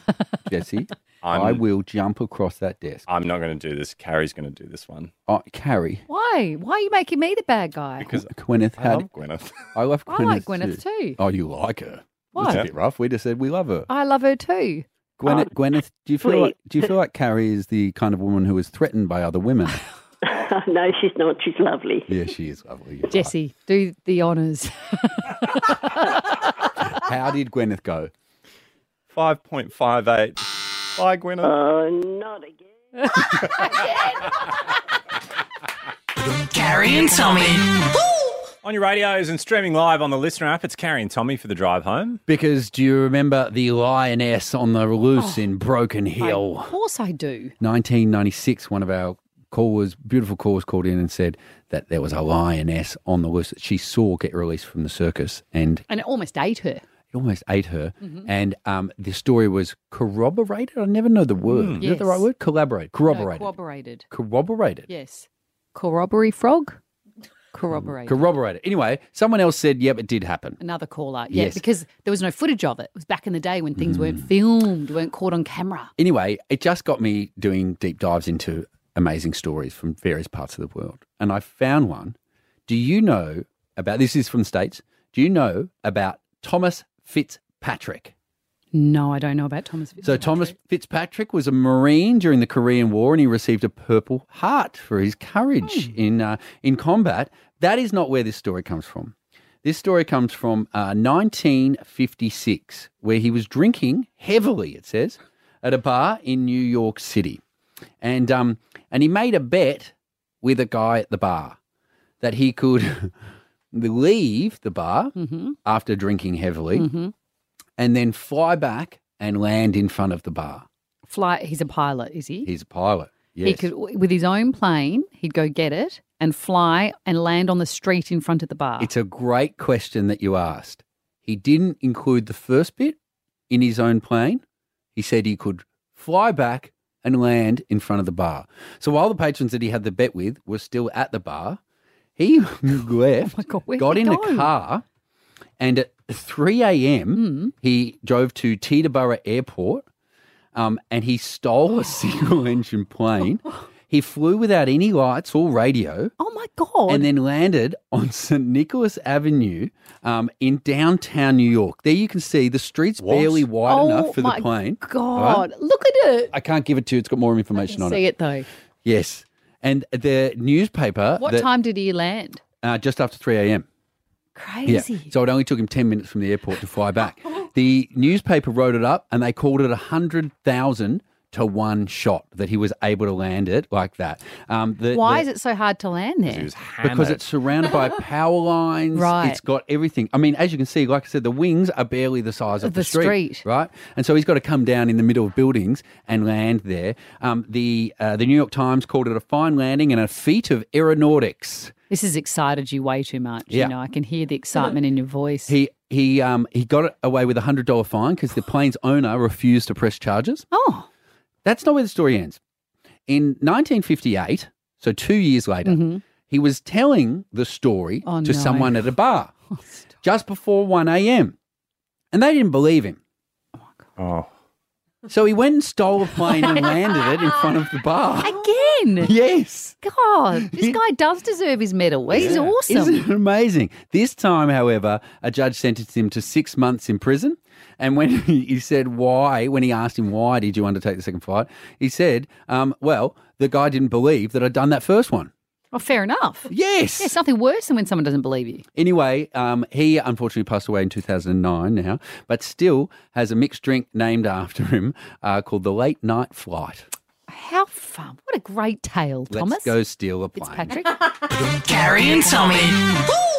Speaker 8: Jesse,
Speaker 7: I'm-
Speaker 8: I will jump across that desk.
Speaker 7: I'm not going to do this. Carrie's going to do this one.
Speaker 8: Oh, Carrie.
Speaker 9: Why? Why are you making me the bad guy?
Speaker 7: Because
Speaker 8: Gwyneth
Speaker 7: I
Speaker 8: had.
Speaker 7: love Gwyneth.
Speaker 8: I love
Speaker 9: I
Speaker 8: Gwyneth.
Speaker 9: like Gwyneth too.
Speaker 8: Oh, you like her?
Speaker 9: Why?
Speaker 8: That's a bit rough. We just said we love her.
Speaker 9: I love her too.
Speaker 8: Gwyneth, Gwyneth, do you feel
Speaker 20: please.
Speaker 8: like do you feel like Carrie is the kind of woman who is threatened by other women?
Speaker 20: no, she's not. She's lovely.
Speaker 8: yeah, she is lovely.
Speaker 9: Jesse, do the honours.
Speaker 8: How did Gwyneth go?
Speaker 7: 5.58. Bye, Gwyneth.
Speaker 20: Oh, not again.
Speaker 6: Carrie and Tommy.
Speaker 7: On your radios and streaming live on the listener app, it's Carrie and Tommy for the drive home.
Speaker 8: Because do you remember the lioness on the loose
Speaker 9: Oh,
Speaker 8: in Broken Hill?
Speaker 9: Of course I do.
Speaker 8: 1996, one of our callers, beautiful callers, called in and said that there was a lioness on the loose that she saw get released from the circus and
Speaker 9: And it almost ate her.
Speaker 8: it almost ate her. And um, the story was corroborated. I never know the word.
Speaker 9: Mm.
Speaker 8: Is that the
Speaker 9: Yes.
Speaker 8: right word? Collaborate. Corroborated.
Speaker 9: corroborated.
Speaker 8: corroborated.
Speaker 9: Yes. Corroboree frog? Corroborated.
Speaker 8: Corroborated. Anyway, someone else said, yep, it did happen.
Speaker 9: Another caller. Yeah,
Speaker 8: Yes.
Speaker 9: because there was no footage of it. It was back in the day when things weren't filmed, weren't caught on camera.
Speaker 8: Anyway, it just got me doing deep dives into amazing stories from various parts of the world. And I found one. Do you know about this? Is from the States. Do you know about Thomas Fitzpatrick?
Speaker 9: No, I don't know about Thomas Fitz.
Speaker 8: So, Thomas Fitzpatrick was a Marine during the Korean War and he received a Purple Heart for his
Speaker 9: Hmm.
Speaker 8: courage in, uh, in combat. That is not where this story comes from. This story comes from uh, 1956, where he was drinking heavily, it says, at a bar in New York City. And, um, and he made a bet with a guy at the bar that he could leave the bar
Speaker 9: Mm-hmm.
Speaker 8: after drinking heavily and then fly back and land in front of the bar.
Speaker 9: Flight, he's a pilot, is he?
Speaker 8: He's a pilot. Yes.
Speaker 9: He could, with his own plane, he'd go get it and fly and land on the street in front of the bar.
Speaker 8: It's a great question that you asked. He didn't include the first bit in his own plane. He said he could fly back and land in front of the bar. So while the patrons that he had the bet with were still at the bar, he left,
Speaker 9: Oh where'd
Speaker 8: got
Speaker 9: he
Speaker 8: in
Speaker 9: go?
Speaker 8: a car, and at 3
Speaker 9: Hmm.
Speaker 8: a.m., he drove to Teterboro Airport um, and he stole a single engine plane. He flew without any lights or radio.
Speaker 9: Oh my God.
Speaker 8: And then landed on St. Nicholas Avenue um, in downtown New York. There you can see the street's barely wide
Speaker 9: oh
Speaker 8: enough for
Speaker 9: my
Speaker 8: the plane.
Speaker 9: God,
Speaker 8: Right?
Speaker 9: look at it.
Speaker 8: I can't give it to you. It's got more information on
Speaker 9: See
Speaker 8: it.
Speaker 9: it though.
Speaker 8: Yes. And the newspaper.
Speaker 9: What
Speaker 8: that-
Speaker 9: time did he land?
Speaker 8: Uh, just after 3 a.m.
Speaker 9: Crazy.
Speaker 8: So it only took him 10 minutes from the airport to fly back.
Speaker 9: Oh.
Speaker 8: the newspaper wrote it up and they called it 100,000 to one shot that he was able to land it like that. Um, the,
Speaker 9: Why
Speaker 8: the-
Speaker 9: is it so hard to land there?
Speaker 8: because it's surrounded by power lines.
Speaker 9: Right.
Speaker 8: It's got everything. I mean, as you can see, like I said, the wings are barely the size of
Speaker 9: Of the
Speaker 8: the, street,
Speaker 9: street.
Speaker 8: Right. And so he's got to come down in the middle of buildings and land there. Um, the uh, the New York Times called it a fine landing and a feat of aeronautics.
Speaker 9: This has excited you way too much.
Speaker 8: Yeah.
Speaker 9: You know, I can hear the excitement in your voice.
Speaker 8: He he um he got away with a hundred dollar fine because the plane's owner refused to press charges.
Speaker 9: Oh,
Speaker 8: that's not where the story ends. In 1958, so two years later, he was telling the story
Speaker 9: Mm-hmm. Oh,
Speaker 8: to
Speaker 9: no. Oh,
Speaker 8: someone at a bar just before 1 a.m. and they didn't believe him.
Speaker 7: Oh.
Speaker 8: So he went and stole a plane and landed it in front of the bar.
Speaker 9: Again.
Speaker 8: Yes.
Speaker 9: God, this guy does deserve his medal. He's
Speaker 8: Yeah.
Speaker 9: awesome.
Speaker 8: Isn't it amazing? This time, however, a judge sentenced him to six months in prison. And when he he said why, when he asked him why did you undertake the second flight, he said, um, "Well, the guy didn't believe that I'd done that first one."
Speaker 9: Well, fair enough.
Speaker 8: Yes.
Speaker 9: There's nothing worse than when someone doesn't believe you.
Speaker 8: Anyway, um, he unfortunately passed away in 2009 now, but still has a mixed drink named after him uh, called the Late Night Flight.
Speaker 9: How fun. What a great tale, Thomas.
Speaker 8: Let's go steal a plane.
Speaker 9: Patrick.
Speaker 6: Carrie and Tommy.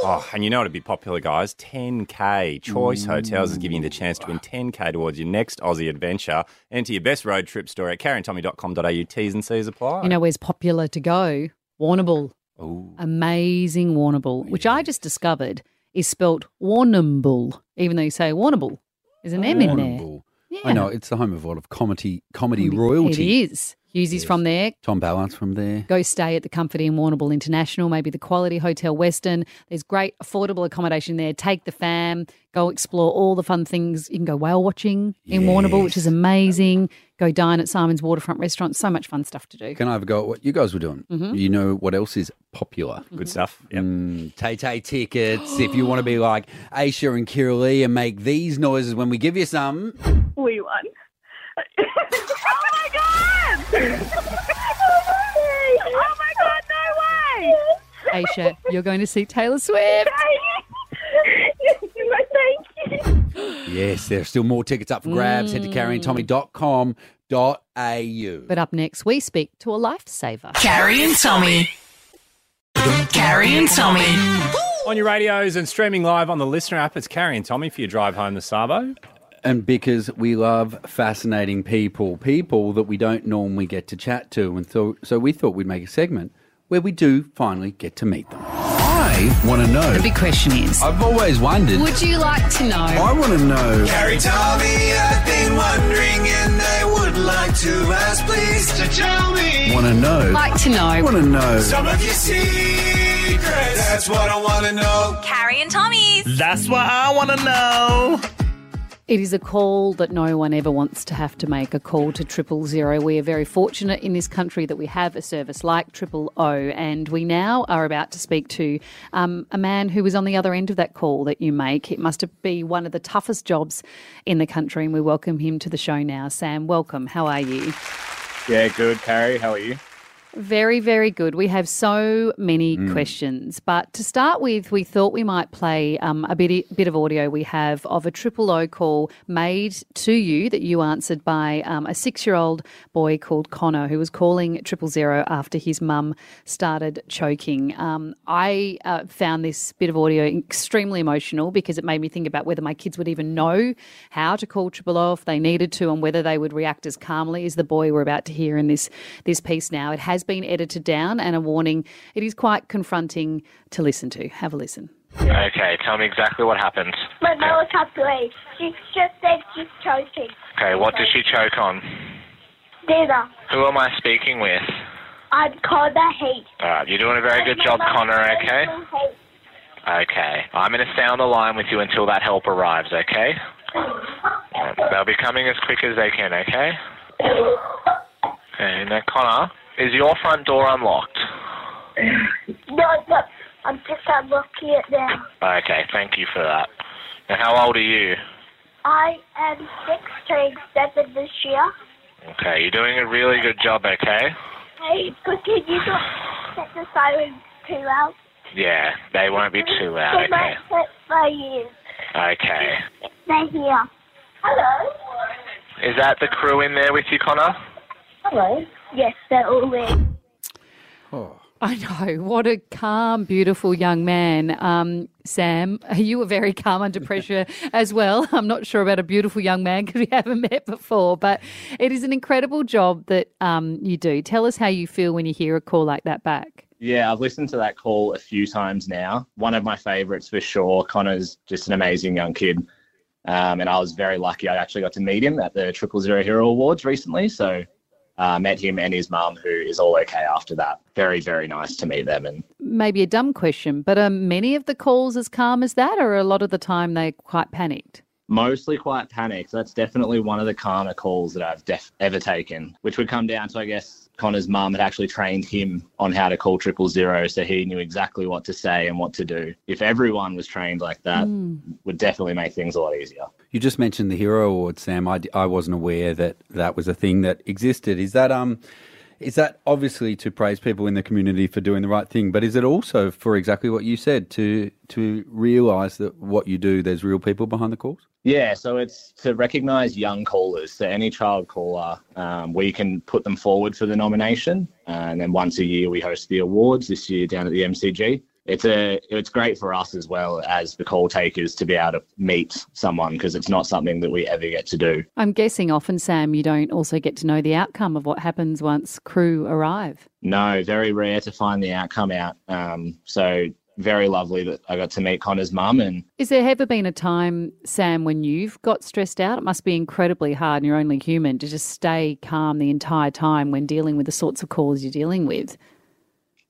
Speaker 7: Oh, and you know it'd be popular, guys. 10K. Choice Hotels is giving you the chance to win 10K towards your next Aussie adventure. Enter your best road trip story at carrieandtommy.com.au. T's and C's apply.
Speaker 9: You know where's popular to go? Warrnambool.
Speaker 8: Oh,
Speaker 9: Amazing Warrnambool, which I just discovered is spelt Warrnambool, even though you say Warrnambool. There's an M in there.
Speaker 8: Warrnambool. I know it's the home of a lot of comedy, comedy royalty.
Speaker 9: It is. Hughesy's from there.
Speaker 8: Tom Ballance from there.
Speaker 9: Go stay at the Comfort Inn Warrnambool International, maybe the Quality Hotel Western. There's great affordable accommodation there. Take the fam, go explore all the fun things. You can go whale watching in Warrnambool, which is amazing. Go dine at Simon's Waterfront Restaurant. So much fun stuff to do.
Speaker 8: Can I have a go at what you guys were doing?
Speaker 9: Mhm.
Speaker 8: You know what else is popular?
Speaker 9: Mm-hmm.
Speaker 7: Good stuff.
Speaker 8: Mm, Tay Tay tickets. if you want to be like Aisha and Kira Lee and make these noises when we give you some.
Speaker 10: We won. oh my god! oh my god, no way!
Speaker 9: Aisha, you're going to see Taylor Swift.
Speaker 8: Yes, there are still more tickets up for grabs. Head to carrieandtommy.com.au.
Speaker 9: Hmm. But up next, we speak to a lifesaver.
Speaker 6: Carrie and Tommy. Carrie and Tommy.
Speaker 7: On your radios and streaming live on the listener app, it's Carrie and Tommy for your drive home to Sabo.
Speaker 8: And because we love fascinating people, people that we don't normally get to chat to. And so, so we thought we'd make a segment where we do finally get to meet them. I want to know.
Speaker 9: The big question is
Speaker 8: I've always wondered.
Speaker 9: Would you like to know?
Speaker 8: I want to know.
Speaker 15: Carrie Tommy, I've been wondering, and I would like to ask, please, to tell me.
Speaker 8: Want to know.
Speaker 15: Like
Speaker 9: to know.
Speaker 8: Want to know.
Speaker 15: Some of your secrets. That's what I want to know.
Speaker 2: Carrie and Tommy's.
Speaker 15: That's what I want to know.
Speaker 9: It is a call that no one ever wants to have to make, a call to triple zero. We are very fortunate in this country that we have a service like triple O, and we now are about to speak to um, a man who was on the other end of that call that you make. It must be one of the toughest jobs in the country, and we welcome him to the show now. Sam, welcome. How are you?
Speaker 21: Yeah, good, Carrie. How are you?
Speaker 9: Very, very good. We have so many
Speaker 21: Mm.
Speaker 9: questions, but to start with, we thought we might play um, a bit bit of audio we have of a triple O call made to you that you answered by um, a six year old boy called Connor who was calling triple zero after his mum started choking. Um, I uh, found this bit of audio extremely emotional because it made me think about whether my kids would even know how to call triple O if they needed to, and whether they would react as calmly as the boy we're about to hear in this this piece now. It has been edited down, and a warning. It is quite confronting to listen to. Have a listen.
Speaker 22: Okay, tell me exactly what happened.
Speaker 23: My mum was half away. She just said she's choking.
Speaker 22: Okay, what did she choke on?
Speaker 23: Dinner.
Speaker 22: Who am I speaking with?
Speaker 23: I'd call that hate.
Speaker 22: Alright, you're doing a very good job, Connor, okay? Okay. I'm going to stay on the line with you until that help arrives, okay? Alright, They'll be coming as quick as they can, okay? Okay, now, Connor, is your front door unlocked?
Speaker 23: No, no. I'm just unlocking it now.
Speaker 22: Okay, thank you for that. Now, how old are you?
Speaker 23: I am six turning seven this year.
Speaker 22: Okay, you're doing a really good job, okay?
Speaker 23: Hey, but can you not set the siren too loud?
Speaker 22: Yeah, they won't be too loud,
Speaker 23: They
Speaker 22: okay?
Speaker 23: might hurt my ears.
Speaker 22: Okay.
Speaker 23: They hear. Hello?
Speaker 22: Is that the crew in there with you, Connor?
Speaker 23: Hello? Yes, they're all there.
Speaker 9: I know. What a calm, beautiful young man. Um, Sam, you were very calm under pressure as well. I'm not sure about a beautiful young man because we haven't met before, but it is an incredible job that um, you do. Tell us how you feel when you hear a call like that back.
Speaker 21: Yeah, I've listened to that call a few times now. One of my favorites for sure. Connor's just an amazing young kid. Um, and I was very lucky. I actually got to meet him at the Triple Zero Hero Awards recently. So uh, met him and his mum, who is all okay after that. Very, very nice to meet them. And
Speaker 9: Maybe a dumb question, but are many of the calls as calm as that, or a lot of the time they're quite panicked?
Speaker 21: mostly quite panicked. That's definitely one of the calmer calls that I've def- ever taken, which would come down to, I guess, Connor's mum had actually trained him on how to call triple zero, so he knew exactly what to say and what to do. If everyone was trained like that,
Speaker 9: Mm.
Speaker 21: would definitely make things a lot easier.
Speaker 8: You just mentioned the Hero Award, Sam. I, d- I wasn't aware that that was a thing that existed. Is that um, is that obviously to praise people in the community for doing the right thing, but is it also for exactly what you said to to realise that what you do, there's real people behind the calls?
Speaker 21: Yeah, so it's to recognise young callers. So any child caller, um, we can put them forward for the nomination, and then once a year we host the awards. This year down at the MCG, it's a it's great for us as well as the call takers to be able to meet someone because it's not something that we ever get to do.
Speaker 9: I'm guessing often, Sam, you don't also get to know the outcome of what happens once crew arrive.
Speaker 21: No, very rare to find the outcome out. Um, so very lovely that I got to meet Connor's mum and
Speaker 9: Is there ever been a time, Sam, when you've got stressed out? It must be incredibly hard, and you're only human, to just stay calm the entire time when dealing with the sorts of calls you're dealing with.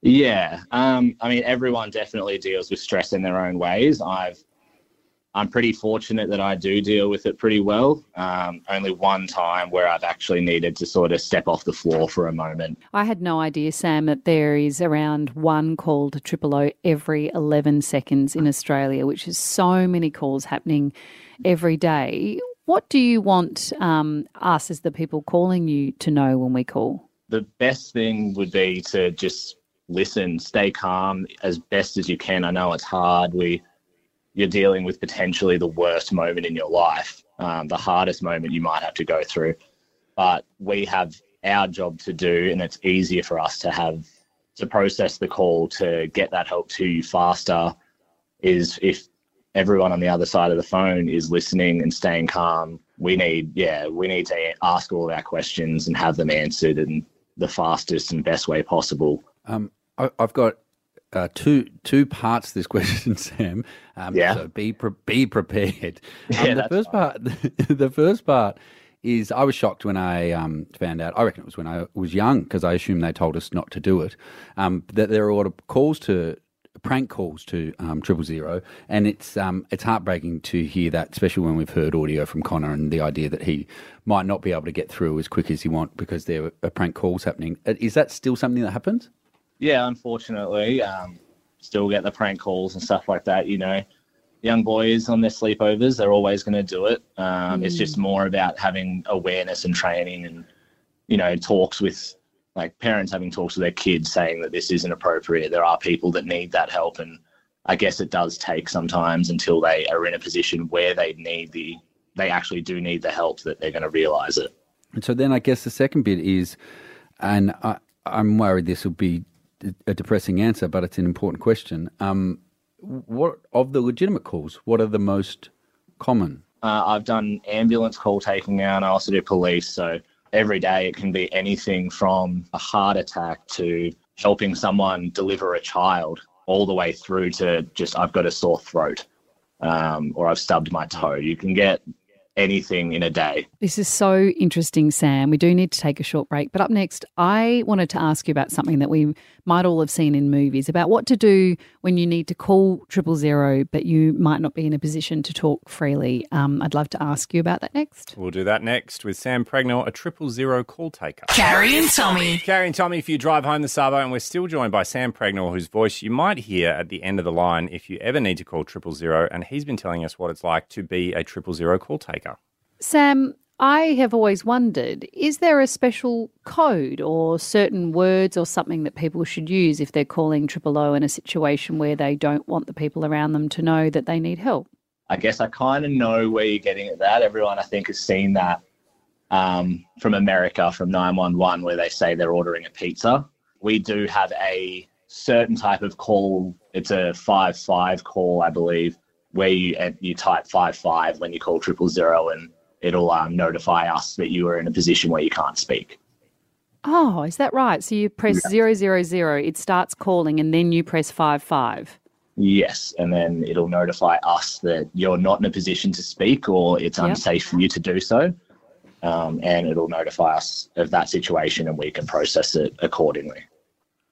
Speaker 21: Yeah, um, I mean, everyone definitely deals with stress in their own ways. I've I'm pretty fortunate that I do deal with it pretty well. Um, only one time where I've actually needed to sort of step off the floor for a moment.
Speaker 9: I had no idea, Sam, that there is around one call to triple O every 11 seconds in Australia, which is so many calls happening every day. What do you want um, us, as the people calling you, to know when we call?
Speaker 21: the best thing would be to just listen, stay calm as best as you can. I know it's hard. We you're dealing with potentially the worst moment in your life, um, the hardest moment you might have to go through. But we have our job to do, and it's easier for us to have to process the call to get that help to you faster. Is if everyone on the other side of the phone is listening and staying calm. We need, yeah, we need to ask all of our questions and have them answered in the fastest and best way possible.
Speaker 8: Um, I, I've got uh, two two parts to this question, Sam. Um,
Speaker 21: Yeah.
Speaker 8: So be pre- be prepared. Um,
Speaker 21: Yeah,
Speaker 8: the
Speaker 21: that's
Speaker 8: first part. the first part is I was shocked when I um, found out. I reckon it was when I was young because I assumed they told us not to do it. Um, that there are a lot of calls to prank calls to um, triple zero, and it's um, it's heartbreaking to hear that, especially when we've heard audio from Connor and the idea that he might not be able to get through as quick as he want because there are prank calls happening. Uh, Is that still something that happens?
Speaker 21: Yeah, unfortunately, um, still get the prank calls and stuff like that. You know, young boys on their sleepovers, they're always going to do it. Um, It's
Speaker 1: Mm.
Speaker 21: just more about having awareness and training and, you know, talks with like parents having talks with their kids saying that this isn't appropriate. There are people that need that help. And I guess it does take sometimes until they are in a position where they need the, they actually do need the help that they're going to realize it.
Speaker 8: And so then I guess the second bit is, and I, I'm worried this will be a depressing answer, but it's an important question. Um, what of the legitimate calls? What are the most common?
Speaker 21: Uh, I've done ambulance call taking now, and I also do police. So every day it can be anything from a heart attack to helping someone deliver a child, all the way through to just I've got a sore throat um, or I've stubbed my toe. You can get anything in a day.
Speaker 9: This is so interesting, Sam. We do need to take a short break. But up next, I wanted to ask you about something that we might all have seen in movies about what to do when you need to call triple zero, but you might not be in a position to talk freely. Um, I'd love to ask you about that next.
Speaker 7: We'll do that next with Sam Pregnell, a triple zero call taker.
Speaker 6: Carrie and Tommy.
Speaker 7: Carrie and Tommy, if you drive home the Sabo, and we're still joined by Sam Pregnell, whose voice you might hear at the end of the line if you ever need to call triple zero, and he's been telling us what it's like to be a triple zero call taker.
Speaker 9: Sam, I have always wondered is there a special code or certain words or something that people should use if they're calling triple O in a situation where they don't want the people around them to know that they need help?
Speaker 21: I guess I kind of know where you're getting at that. Everyone, I think, has seen that um, from America, from 911, where they say they're ordering a pizza. We do have a certain type of call. It's a 5 5 call, I believe, where you and you type 5 5 when you call triple zero and it'll um, notify us that you are in a position where you can't speak.
Speaker 9: Oh, is that right? So you press
Speaker 21: Yeah.
Speaker 9: zero zero zero, it starts calling, and then you press five five.
Speaker 21: Yes. And then it'll notify us that you're not in a position to speak or it's
Speaker 9: Yep.
Speaker 21: unsafe for you to do so. Um, and it'll notify us of that situation and we can process it accordingly.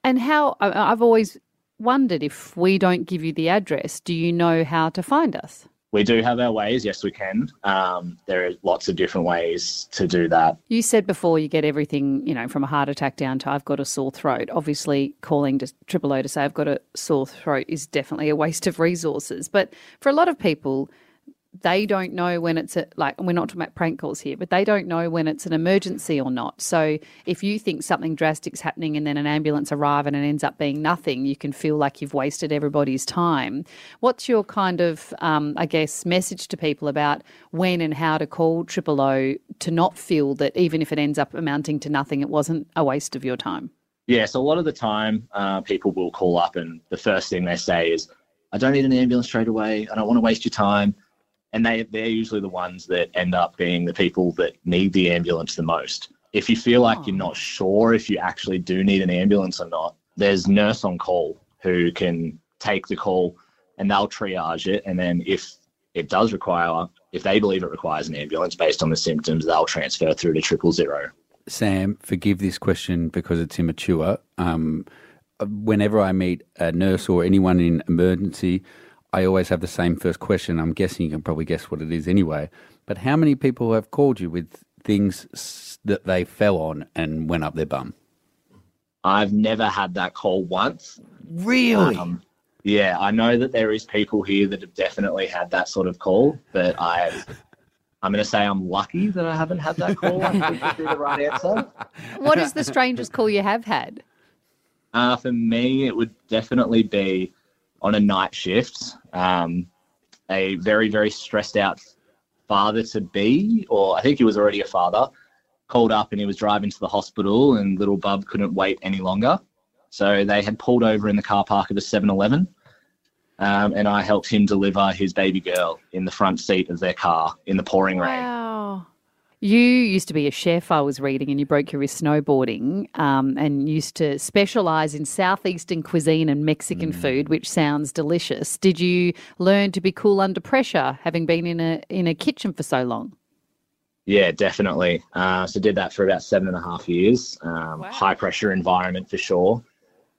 Speaker 9: And how I- I've always wondered if we don't give you the address, do you know how to find us?
Speaker 21: We do have our ways. Yes, we can. Um, there are lots of different ways to do that.
Speaker 9: You said before you get everything, you know, from a heart attack down to I've got a sore throat. Obviously, calling to Triple O to say I've got a sore throat is definitely a waste of resources. But for a lot of people, they don't know when it's a, like, and we're not talking about prank calls here, but they don't know when it's an emergency or not. So if you think something drastic's happening and then an ambulance arrive and it ends up being nothing, you can feel like you've wasted everybody's time. What's your kind of, um, I guess, message to people about when and how to call Triple O to not feel that even if it ends up amounting to nothing, it wasn't a waste of your time?
Speaker 21: Yeah, so a lot of the time, uh, people will call up and the first thing they say is, I don't need an ambulance straight away. I don't want to waste your time. And they, they're usually the ones that end up being the people that need the ambulance the most. If you feel like you're not sure if you actually do need an ambulance or not, there's nurse on call who can take the call and they'll triage it. And then if it does require, if they believe it requires an ambulance based on the symptoms, they'll transfer through to triple zero.
Speaker 8: Sam, forgive this question because it's immature. Um, whenever I meet a nurse or anyone in emergency, I always have the same first question. I'm guessing you can probably guess what it is anyway. But how many people have called you with things s- that they fell on and went up their bum?
Speaker 21: I've never had that call once.
Speaker 8: Really?
Speaker 21: Um, yeah, I know that there is people here that have definitely had that sort of call, but I, I'm going to say I'm lucky that I haven't had that call. I think would be the right answer.
Speaker 9: What is the strangest call you have had?
Speaker 21: Uh, for me, it would definitely be on a night shift. Um, a very, very stressed out father to be, or I think he was already a father, called up and he was driving to the hospital, and little bub couldn't wait any longer. So they had pulled over in the car park of a 7 Eleven, um, and I helped him deliver his baby girl in the front seat of their car in the pouring rain.
Speaker 9: Wow. You used to be a chef, I was reading, and you broke your wrist snowboarding um, and used to specialise in southeastern cuisine and Mexican food, which sounds delicious. Did you learn to be cool under pressure, having been in a, in a kitchen for so long?
Speaker 21: Yeah, definitely. Uh, so did that for about seven and a half years. Um, High pressure environment for sure,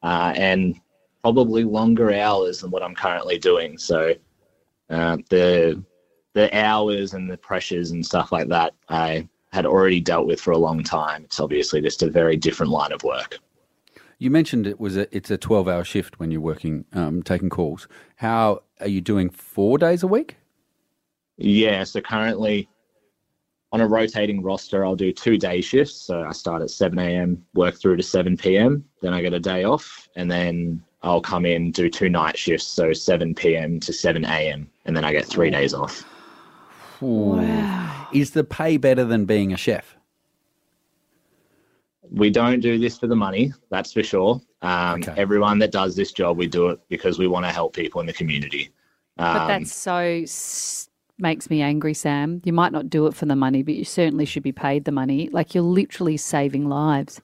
Speaker 21: uh, and probably longer hours than what I'm currently doing. So uh, the the hours and the pressures and stuff like that, I had already dealt with for a long time. It's obviously just a very different line of work.
Speaker 8: You mentioned it was a, it's a 12 hour shift when you're working, um, taking calls. How are you doing four days a week?
Speaker 21: Yeah, so currently on a rotating roster, I'll do two day shifts. So I start at 7 a.m., work through to 7 p.m., then I get a day off, and then I'll come in, do two night shifts. So 7 p.m. to 7 a.m., and then I get three days off.
Speaker 8: Wow. Is the pay better than being a chef?
Speaker 21: We don't do this for the money, that's for sure. Um, Everyone that does this job, we do it because we want to help people in the community.
Speaker 9: But
Speaker 21: Um,
Speaker 9: that's so s- makes me angry, Sam. You might not do it for the money, but you certainly should be paid the money. Like you're literally saving lives.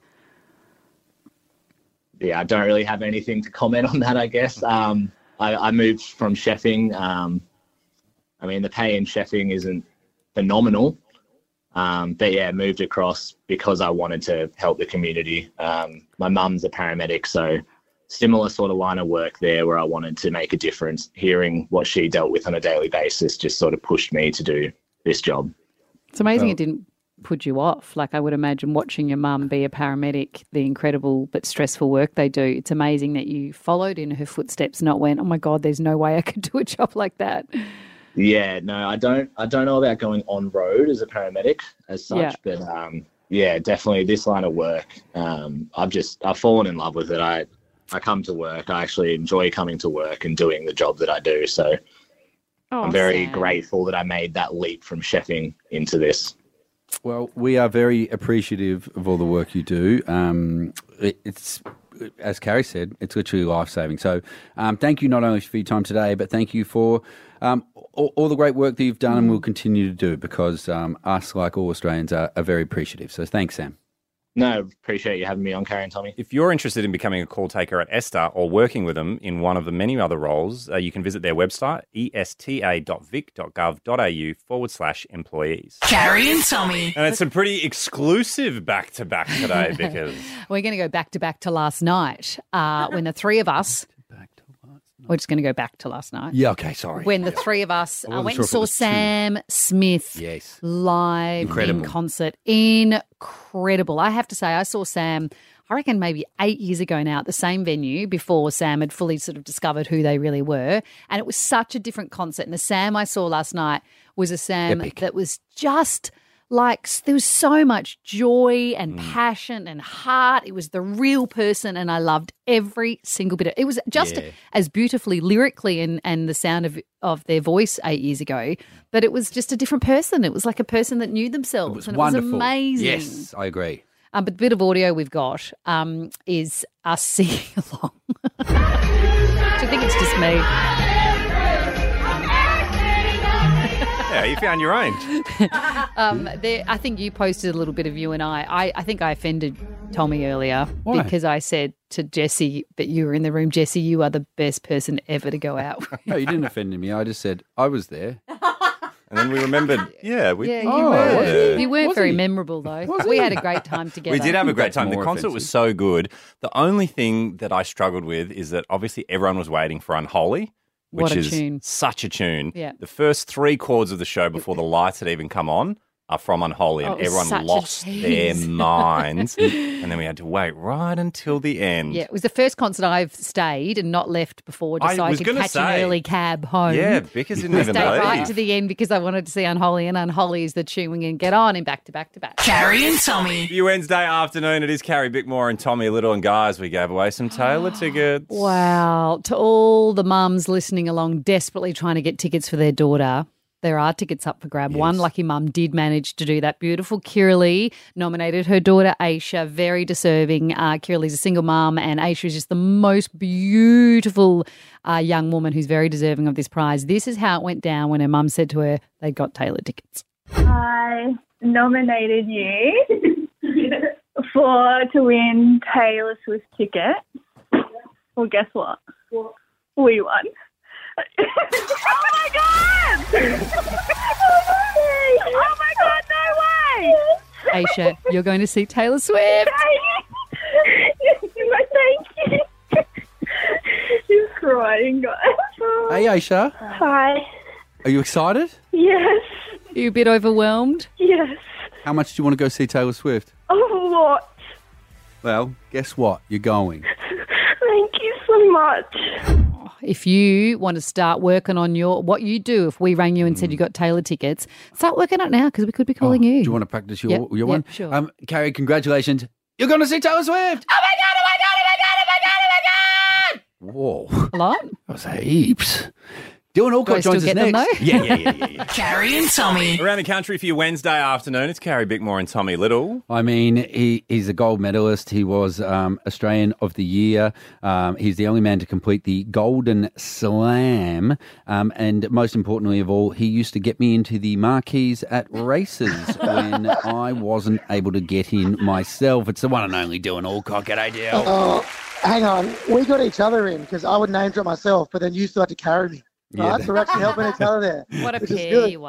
Speaker 21: yeah, I don't really have anything to comment on that, I guess. Um, I, I moved from chefing. Um, I mean, the pay in chefing isn't phenomenal. Um, but yeah, moved across because I wanted to help the community. Um, my mum's a paramedic, so similar sort of line of work there where I wanted to make a difference. Hearing what she dealt with on a daily basis just sort of pushed me to do this job.
Speaker 9: It's amazing
Speaker 21: Well-
Speaker 9: it didn't put you off. Like I would imagine watching your mum be a paramedic, the incredible but stressful work they do. It's amazing that you followed in her footsteps, not went, oh my God, there's no way I could do a job like that.
Speaker 21: Yeah, no, I don't. I don't know about going on road as a paramedic as such,
Speaker 9: Yeah.
Speaker 21: but um, yeah, definitely this line of work. Um, I've just I've fallen in love with it. I I come to work. I actually enjoy coming to work and doing the job that I do. So
Speaker 9: Oh,
Speaker 21: I'm very grateful that I made that leap from chefing into this.
Speaker 8: Well, we are very appreciative of all the work you do. Um, it, it's, as Carrie said, it's literally life saving. So, um, thank you not only for your time today, but thank you for um, all, all the great work that you've done and will continue to do because um, us, like all Australians, are, are very appreciative. So, thanks, Sam.
Speaker 21: No, appreciate you having me on, Karen Tommy.
Speaker 7: If you're interested in becoming a call taker at Esta or working with them in one of the many other roles, uh, you can visit their website, E esta.vic.gov.au forward slash employees.
Speaker 6: Carrie and Tommy.
Speaker 7: And it's a pretty exclusive back to back today because
Speaker 9: We're going to go back to back to last night uh, when the three of us. We're just going to go back to last night.
Speaker 8: Yeah, okay, sorry.
Speaker 9: When the three of us
Speaker 8: I
Speaker 9: uh,
Speaker 8: wasn't
Speaker 9: went
Speaker 8: sure
Speaker 9: and
Speaker 8: if it
Speaker 9: saw
Speaker 8: was two.
Speaker 9: Sam Smith
Speaker 8: Yes.
Speaker 9: live
Speaker 8: Incredible.
Speaker 9: in concert. Incredible. I have to say, I saw Sam, I reckon maybe eight years ago now at the same venue before Sam had fully sort of discovered who they really were. And it was such a different concert. And the Sam I saw last night was a Sam
Speaker 1: Epic.
Speaker 9: that was just like there was so much joy and
Speaker 1: Mm.
Speaker 9: passion and heart. It was the real person, and I loved every single bit of it. Was just
Speaker 1: Yeah.
Speaker 9: as beautifully lyrically and, and the sound of, of their voice eight years ago, but it was just a different person. It was like a person that knew themselves, and it was
Speaker 8: Wonderful.
Speaker 9: amazing.
Speaker 8: Yes, I agree.
Speaker 9: Um, but the bit of audio we've got um, is us singing along. Do you think it's just me?
Speaker 7: yeah, you found your own.
Speaker 9: um, there, I think you posted a little bit of you and I. I, I think I offended Tommy earlier
Speaker 1: Why?
Speaker 9: because I said to Jesse, but you were in the room, Jesse, you are the best person ever to go out with.
Speaker 8: No, you didn't offend me. I just said I was there.
Speaker 7: And then we remembered, yeah, we
Speaker 9: yeah, you
Speaker 8: Oh,
Speaker 9: were.
Speaker 8: was he?
Speaker 9: You weren't
Speaker 8: Was
Speaker 9: very
Speaker 8: he?
Speaker 9: memorable, though.
Speaker 8: Was
Speaker 9: we
Speaker 8: he?
Speaker 9: had a great time together.
Speaker 7: We did have a great
Speaker 8: That's
Speaker 7: time. The
Speaker 8: more
Speaker 7: concert was so good. The only thing that I struggled with is that obviously everyone was waiting for Unholy,
Speaker 9: What
Speaker 7: which
Speaker 9: a
Speaker 7: is
Speaker 9: tune.
Speaker 7: such a tune.
Speaker 9: Yeah.
Speaker 7: The first three chords of the show before the lights had even come on are from Unholy,
Speaker 9: Oh,
Speaker 7: and
Speaker 9: it was such a
Speaker 7: everyone lost their
Speaker 9: tease.
Speaker 7: minds. and then we had to wait right until the end.
Speaker 9: Yeah, it was the first concert I've stayed and not left before
Speaker 7: I was
Speaker 9: decided to
Speaker 7: gonna
Speaker 9: catch
Speaker 7: say-
Speaker 9: an early cab home.
Speaker 7: Yeah, Bickers didn't
Speaker 9: I
Speaker 7: even
Speaker 9: stayed right
Speaker 7: leave.
Speaker 9: to the end because I wanted to see Unholy, and Unholy is the tune we can get on in back to back to back.
Speaker 6: Carrie and Tommy.
Speaker 7: You Wednesday afternoon, it is Carrie Bickmore and Tommy Little and guys. We gave away some Taylor tickets.
Speaker 9: Wow. To all the mums listening along, desperately trying to get tickets for their daughter. There are tickets up for grab. One lucky mum did manage to do that. Beautiful Kira Lee nominated her daughter Aisha, very deserving. Uh, Kira Lee's a single mum, and Aisha is just the most beautiful uh, young woman who's very deserving of this prize. This is how it went down when her mum said to her, they got Taylor tickets.
Speaker 10: I nominated you for to win Taylor Swift ticket. Well, guess what? We won. oh my god! oh my god! No way!
Speaker 9: Aisha, you're going to see Taylor Swift.
Speaker 10: Thank you. She's crying, guys.
Speaker 8: Hey, Aisha,
Speaker 10: Hi.
Speaker 8: are you excited?
Speaker 10: Yes.
Speaker 9: You a bit overwhelmed?
Speaker 10: Yes.
Speaker 8: How much do you want to go see Taylor Swift?
Speaker 10: Oh, what?
Speaker 8: Well, guess what? You're going.
Speaker 10: Thank you so much.
Speaker 9: if you want to start working on your what you do if we rang you and said you got Taylor tickets start working on it now because we could be calling you
Speaker 8: Mm. Oh, Do you want to practice your,
Speaker 9: Yep,
Speaker 8: your
Speaker 9: yep,
Speaker 8: one?
Speaker 9: sure.
Speaker 8: Um, Carrie, congratulations. You're going to see Taylor Swift. Oh my God, oh my God, oh my God, oh my God, oh my God. Whoa.
Speaker 9: A lot?
Speaker 8: That was heaps. Dylan Alcott
Speaker 9: Do I
Speaker 8: joins us
Speaker 9: still get them,
Speaker 8: next.
Speaker 9: though?
Speaker 8: yeah, yeah, yeah, yeah, yeah.
Speaker 6: Carrie and Tommy.
Speaker 7: Around the country for your Wednesday afternoon, it's Carrie Bickmore and Tommy Little.
Speaker 8: I mean, he, he's a gold medalist. He was um, Australian of the Year. Um, he's the only man to complete the Golden Slam. Um, and most importantly of all, he used to get me into the marquees at races when I wasn't able to get in myself. It's the one and only Dylan Alcock. G'day, Dylan.
Speaker 1: Oh, hang on. We got each other in because I would name drop myself, but then you still had to carry me.
Speaker 8: Yeah.
Speaker 1: Right? So we're actually helping each other there.
Speaker 9: What a
Speaker 1: which is
Speaker 9: pair
Speaker 1: good.
Speaker 9: you
Speaker 1: Oh,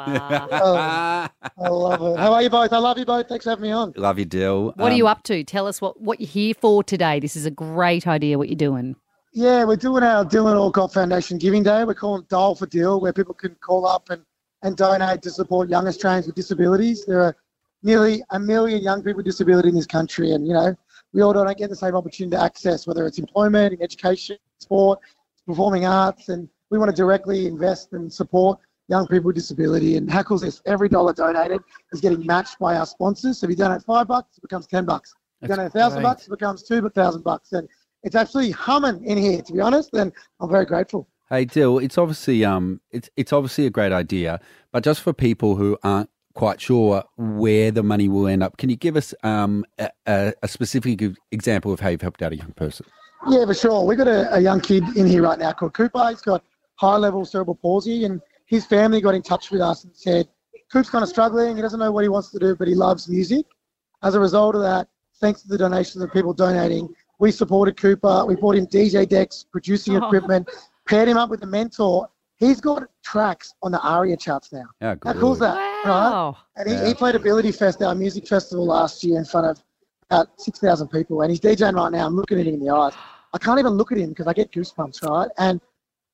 Speaker 1: I
Speaker 9: are.
Speaker 1: love it. How are you both? I love you both. Thanks for having me on.
Speaker 8: Love you, Dill. Um,
Speaker 9: what are you up to tell us what what you're here for today this is a great idea what you're doing
Speaker 1: Yeah, we're doing our Dylan Alcott Foundation Giving Day. We're calling it Dole for Dill, where people can call up and, and donate to support young Australians with disabilities. There are nearly a million young people with disability in this country, and you know we all don't get the same opportunity to access, whether it's employment, in education, sport, performing arts, and we want to directly invest and support young people with disability. And Hackles, is every dollar donated is getting matched by our sponsors. So if you donate five bucks, it becomes ten bucks. If you
Speaker 8: That's
Speaker 1: donate a thousand
Speaker 8: great.
Speaker 1: bucks, it becomes two thousand bucks, and it's absolutely humming in here, to be honest, and I'm very grateful.
Speaker 8: Hey Dill, it's obviously um it's it's obviously a great idea, but just for people who aren't quite sure where the money will end up, can you give us um a, a, a specific e- example of how you've helped out a young person?
Speaker 1: Yeah, for sure. We've got a, a young kid in here right now called Cooper. He's got high level cerebral palsy, and his family got in touch with us and said, Coop's kind of struggling. He doesn't know what he wants to do, but he loves music. As a result of that, thanks to the donations of people donating, we supported Cooper. We bought him DJ decks, producing
Speaker 4: Oh.
Speaker 1: equipment, paired him up with a mentor. He's got tracks on the ARIA charts now.
Speaker 8: Yeah,
Speaker 1: How cool is that?
Speaker 9: Wow.
Speaker 1: And he,
Speaker 8: Yeah.
Speaker 1: he played Ability Fest, our music festival last year, in front of about 6,000 people. And he's DJing right now. I'm looking at him in the eyes. I can't even look at him because I get goosebumps, right? And,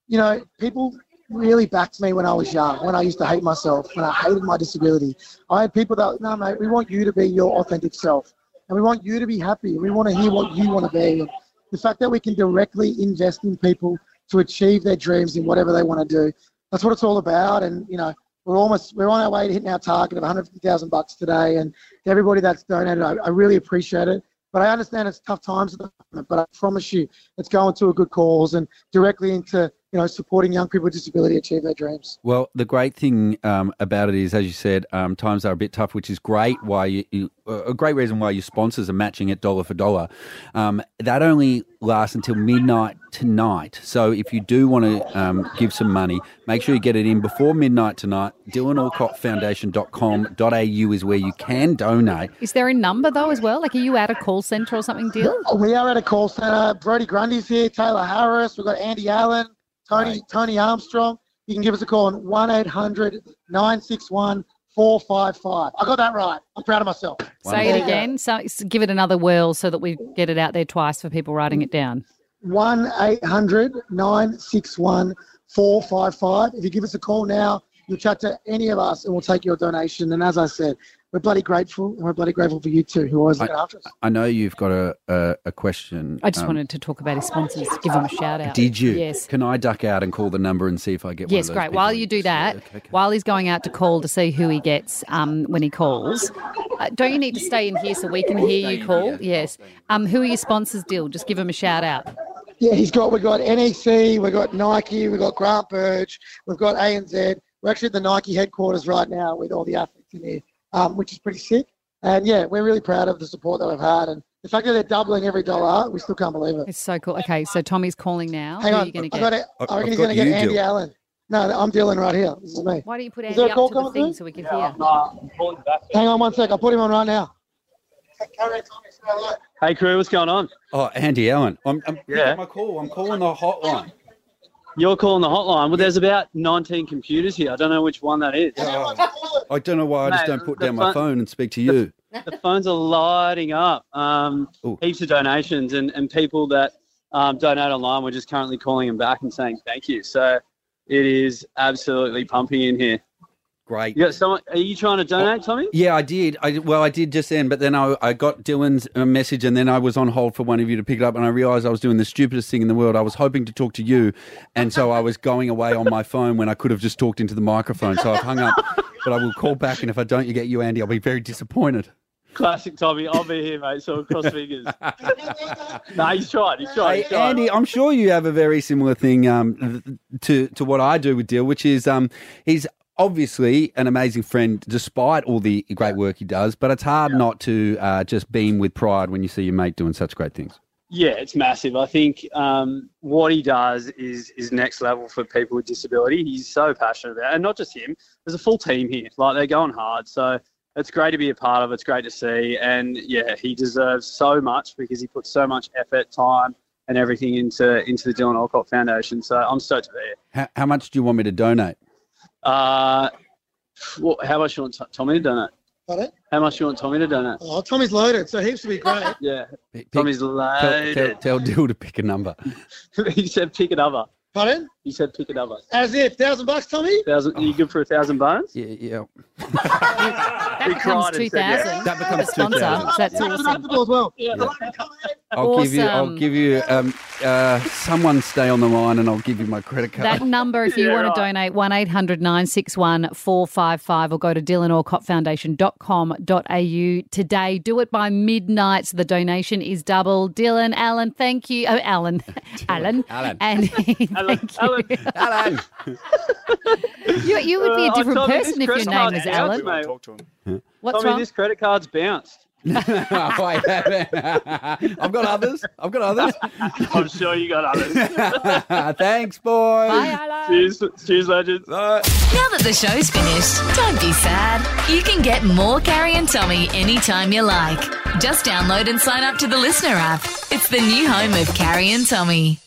Speaker 1: you know, people really backed me when I was young, when I used to hate myself, when I hated my disability. I had people that, no, mate, we want you to be your authentic self. And we want you to be happy. And we want to hear what you want to be. And the fact that we can directly invest in people to achieve their dreams in whatever they want to do. That's what it's all about. And, you know, we're almost we're on our way to hitting our target of 150,000 bucks today. And to everybody that's donated, I, I really appreciate it. But I understand it's tough times at the moment. But I promise you, it's going to a good cause and directly into you know supporting young people with disability achieve their dreams.
Speaker 8: Well, the great thing um, about it is, as you said, um, times are a bit tough, which is great. Why you, you a great reason why your sponsors are matching it dollar for dollar. Um, that only lasts until midnight tonight. So if you do want to um, give some money, make sure you get it in before midnight tonight. DylanAlcottFoundation.com.au is where you can donate.
Speaker 9: is there a number though as well like are you at a call center or something deal
Speaker 1: We are at a call center. Brody Grundy's here, Taylor Harris. We've got Andy Allen, Tony Tony Armstrong. You can give us a call on 1 800 961 455. I got that right. I'm proud of myself.
Speaker 9: say it again so s- give it another whirl so that we get it out there twice for people writing it down
Speaker 1: 1 800 961 455. If you give us a call now, you'll chat to any of us and we'll take your donation. And as I said, we're bloody grateful and we're bloody grateful for you too, who always look after us.
Speaker 8: I know you've got a, a, a question.
Speaker 9: I just
Speaker 8: Um,
Speaker 9: wanted to talk about his sponsors, give him a shout out.
Speaker 8: Did you?
Speaker 9: Yes.
Speaker 8: Can I duck out and call the number and see if I get
Speaker 9: Yes,
Speaker 8: one of those
Speaker 9: great. While
Speaker 8: people?
Speaker 9: you do that, while he's going out to call to see who he gets um, when he calls, uh, don't you need to stay in here so we can hear you call? Yes. Um, who are your sponsors, Dill? Just give him a shout out.
Speaker 1: Yeah, he's got. We've got NEC, we've got Nike, we've got Grant Birch, we've got ANZ. We're actually at the Nike headquarters right now with all the athletes in here, um, which is pretty sick. And yeah, we're really proud of the support that we've had, and the fact that they're doubling every dollar, we still can't believe it.
Speaker 9: It's so cool. Okay, so Tommy's calling now.
Speaker 1: Hang
Speaker 9: who
Speaker 1: on,
Speaker 9: are you going to
Speaker 1: I
Speaker 9: get?
Speaker 1: got it. I reckon he's going to get Andy Allen. No, I'm Dylan right here. This is me.
Speaker 9: Why don't you put
Speaker 1: Is
Speaker 9: Andy
Speaker 1: there a
Speaker 9: up
Speaker 1: call
Speaker 9: to the
Speaker 1: coming
Speaker 9: thing
Speaker 1: through?
Speaker 9: so we can
Speaker 1: Yeah,
Speaker 9: hear?
Speaker 1: I'm Hang on one sec. I'll put him on right now.
Speaker 4: Hey crew, what's going on?
Speaker 8: Oh, Andy Allen. I'm, I'm
Speaker 4: Yeah.
Speaker 8: my call. I'm calling the hotline.
Speaker 4: You're calling the hotline. Well, there's about 19 computers here. I don't know which one that is.
Speaker 8: I don't know why I just
Speaker 4: Mate,
Speaker 8: don't put
Speaker 4: the
Speaker 8: down my
Speaker 4: fun-
Speaker 8: phone and speak to you.
Speaker 4: the phones are lighting up. Um, heaps of donations and, and people that um, donate online. We're just currently calling them back and saying thank you. So it is absolutely pumping in here.
Speaker 8: Great. Oh,
Speaker 4: You got someone? Are you trying to donate, Tommy?
Speaker 8: Yeah, I did. I well, I did just then, but then I, I got Dylan's uh, message, and then I was on hold for one of you to pick it up, and I realised I was doing the stupidest thing in the world. I was hoping to talk to you, and so I was going away on my phone when I could have just talked into the microphone. So I've hung up, but I will call back, and if I don't, you get you, Andy. I'll be very disappointed.
Speaker 4: Classic Tommy. I'll be here, mate. So cross fingers. no, he's tried. He's tried. He's
Speaker 8: Hey,
Speaker 4: tried.
Speaker 8: Andy, I'm sure you have a very similar thing um, th- to to what I do with Dill, which is um, he's obviously an amazing friend, despite all the great work he does. But it's hard not to uh, just beam with pride when you see your mate doing such great things.
Speaker 4: Yeah, it's massive. I think um, what he does is is next level for people with disability. He's so passionate about, it. and not just him. There's a full team here. Like they're going hard, so it's great to be a part of. It's great to see, and yeah, he deserves so much because he puts so much effort, time, and everything into into the Dylan Alcott Foundation. So I'm stoked to be here.
Speaker 8: How, how much do you want me to donate?
Speaker 4: Uh, well, how much you want T- Tommy to donate?
Speaker 1: Got it?
Speaker 4: How much you want Tommy to donate?
Speaker 1: Oh, Tommy's loaded, so heaps to be great.
Speaker 4: Yeah, Tommy's
Speaker 8: Tell, tell,
Speaker 4: loaded.
Speaker 8: tell Dill to pick a number.
Speaker 4: he said pick another.
Speaker 1: Pardon?
Speaker 4: He said pick another.
Speaker 1: As if thousand bucks, Tommy.
Speaker 4: Thousand, you good for a thousand bones?
Speaker 8: Yeah, yeah.
Speaker 9: That
Speaker 4: We
Speaker 9: becomes
Speaker 4: cried and
Speaker 9: 2000
Speaker 4: said yes.
Speaker 8: That becomes
Speaker 9: the sponsor.
Speaker 8: 2,000.
Speaker 9: That's awesome.
Speaker 1: Deductible as well.
Speaker 8: I'll give you. I'll
Speaker 9: Awesome.
Speaker 8: give you. Um, uh, someone stay on the line, and I'll give you my credit card.
Speaker 9: That number, if you
Speaker 8: Yeah,
Speaker 9: want
Speaker 8: right.
Speaker 9: to donate, 1800 961 455 or go to dylanorcottfoundation.com.au today. Do it by midnight. So the donation is double. Dylan, Alan, thank you. Oh, Alan. Alan.
Speaker 8: Alan.
Speaker 9: And Alan. Alan.
Speaker 8: Alan.
Speaker 9: you, you would be a
Speaker 4: Uh,
Speaker 9: different
Speaker 4: Tommy, this
Speaker 9: person if your
Speaker 4: credit
Speaker 9: name
Speaker 4: card's
Speaker 9: was
Speaker 4: bounced,
Speaker 9: Alan.
Speaker 4: mate.
Speaker 9: What's
Speaker 4: Tommy,
Speaker 9: wrong?
Speaker 4: this credit card's bounced.
Speaker 8: I haven't. I've got others. I've got others.
Speaker 4: I'm sure you got others.
Speaker 8: Thanks, boys.
Speaker 4: Cheers, cheers, legends.
Speaker 2: Now that the show's finished, don't be sad. You can get more Carrie and Tommy anytime you like. Just download and sign up to the listener app. It's the new home of Carrie and Tommy.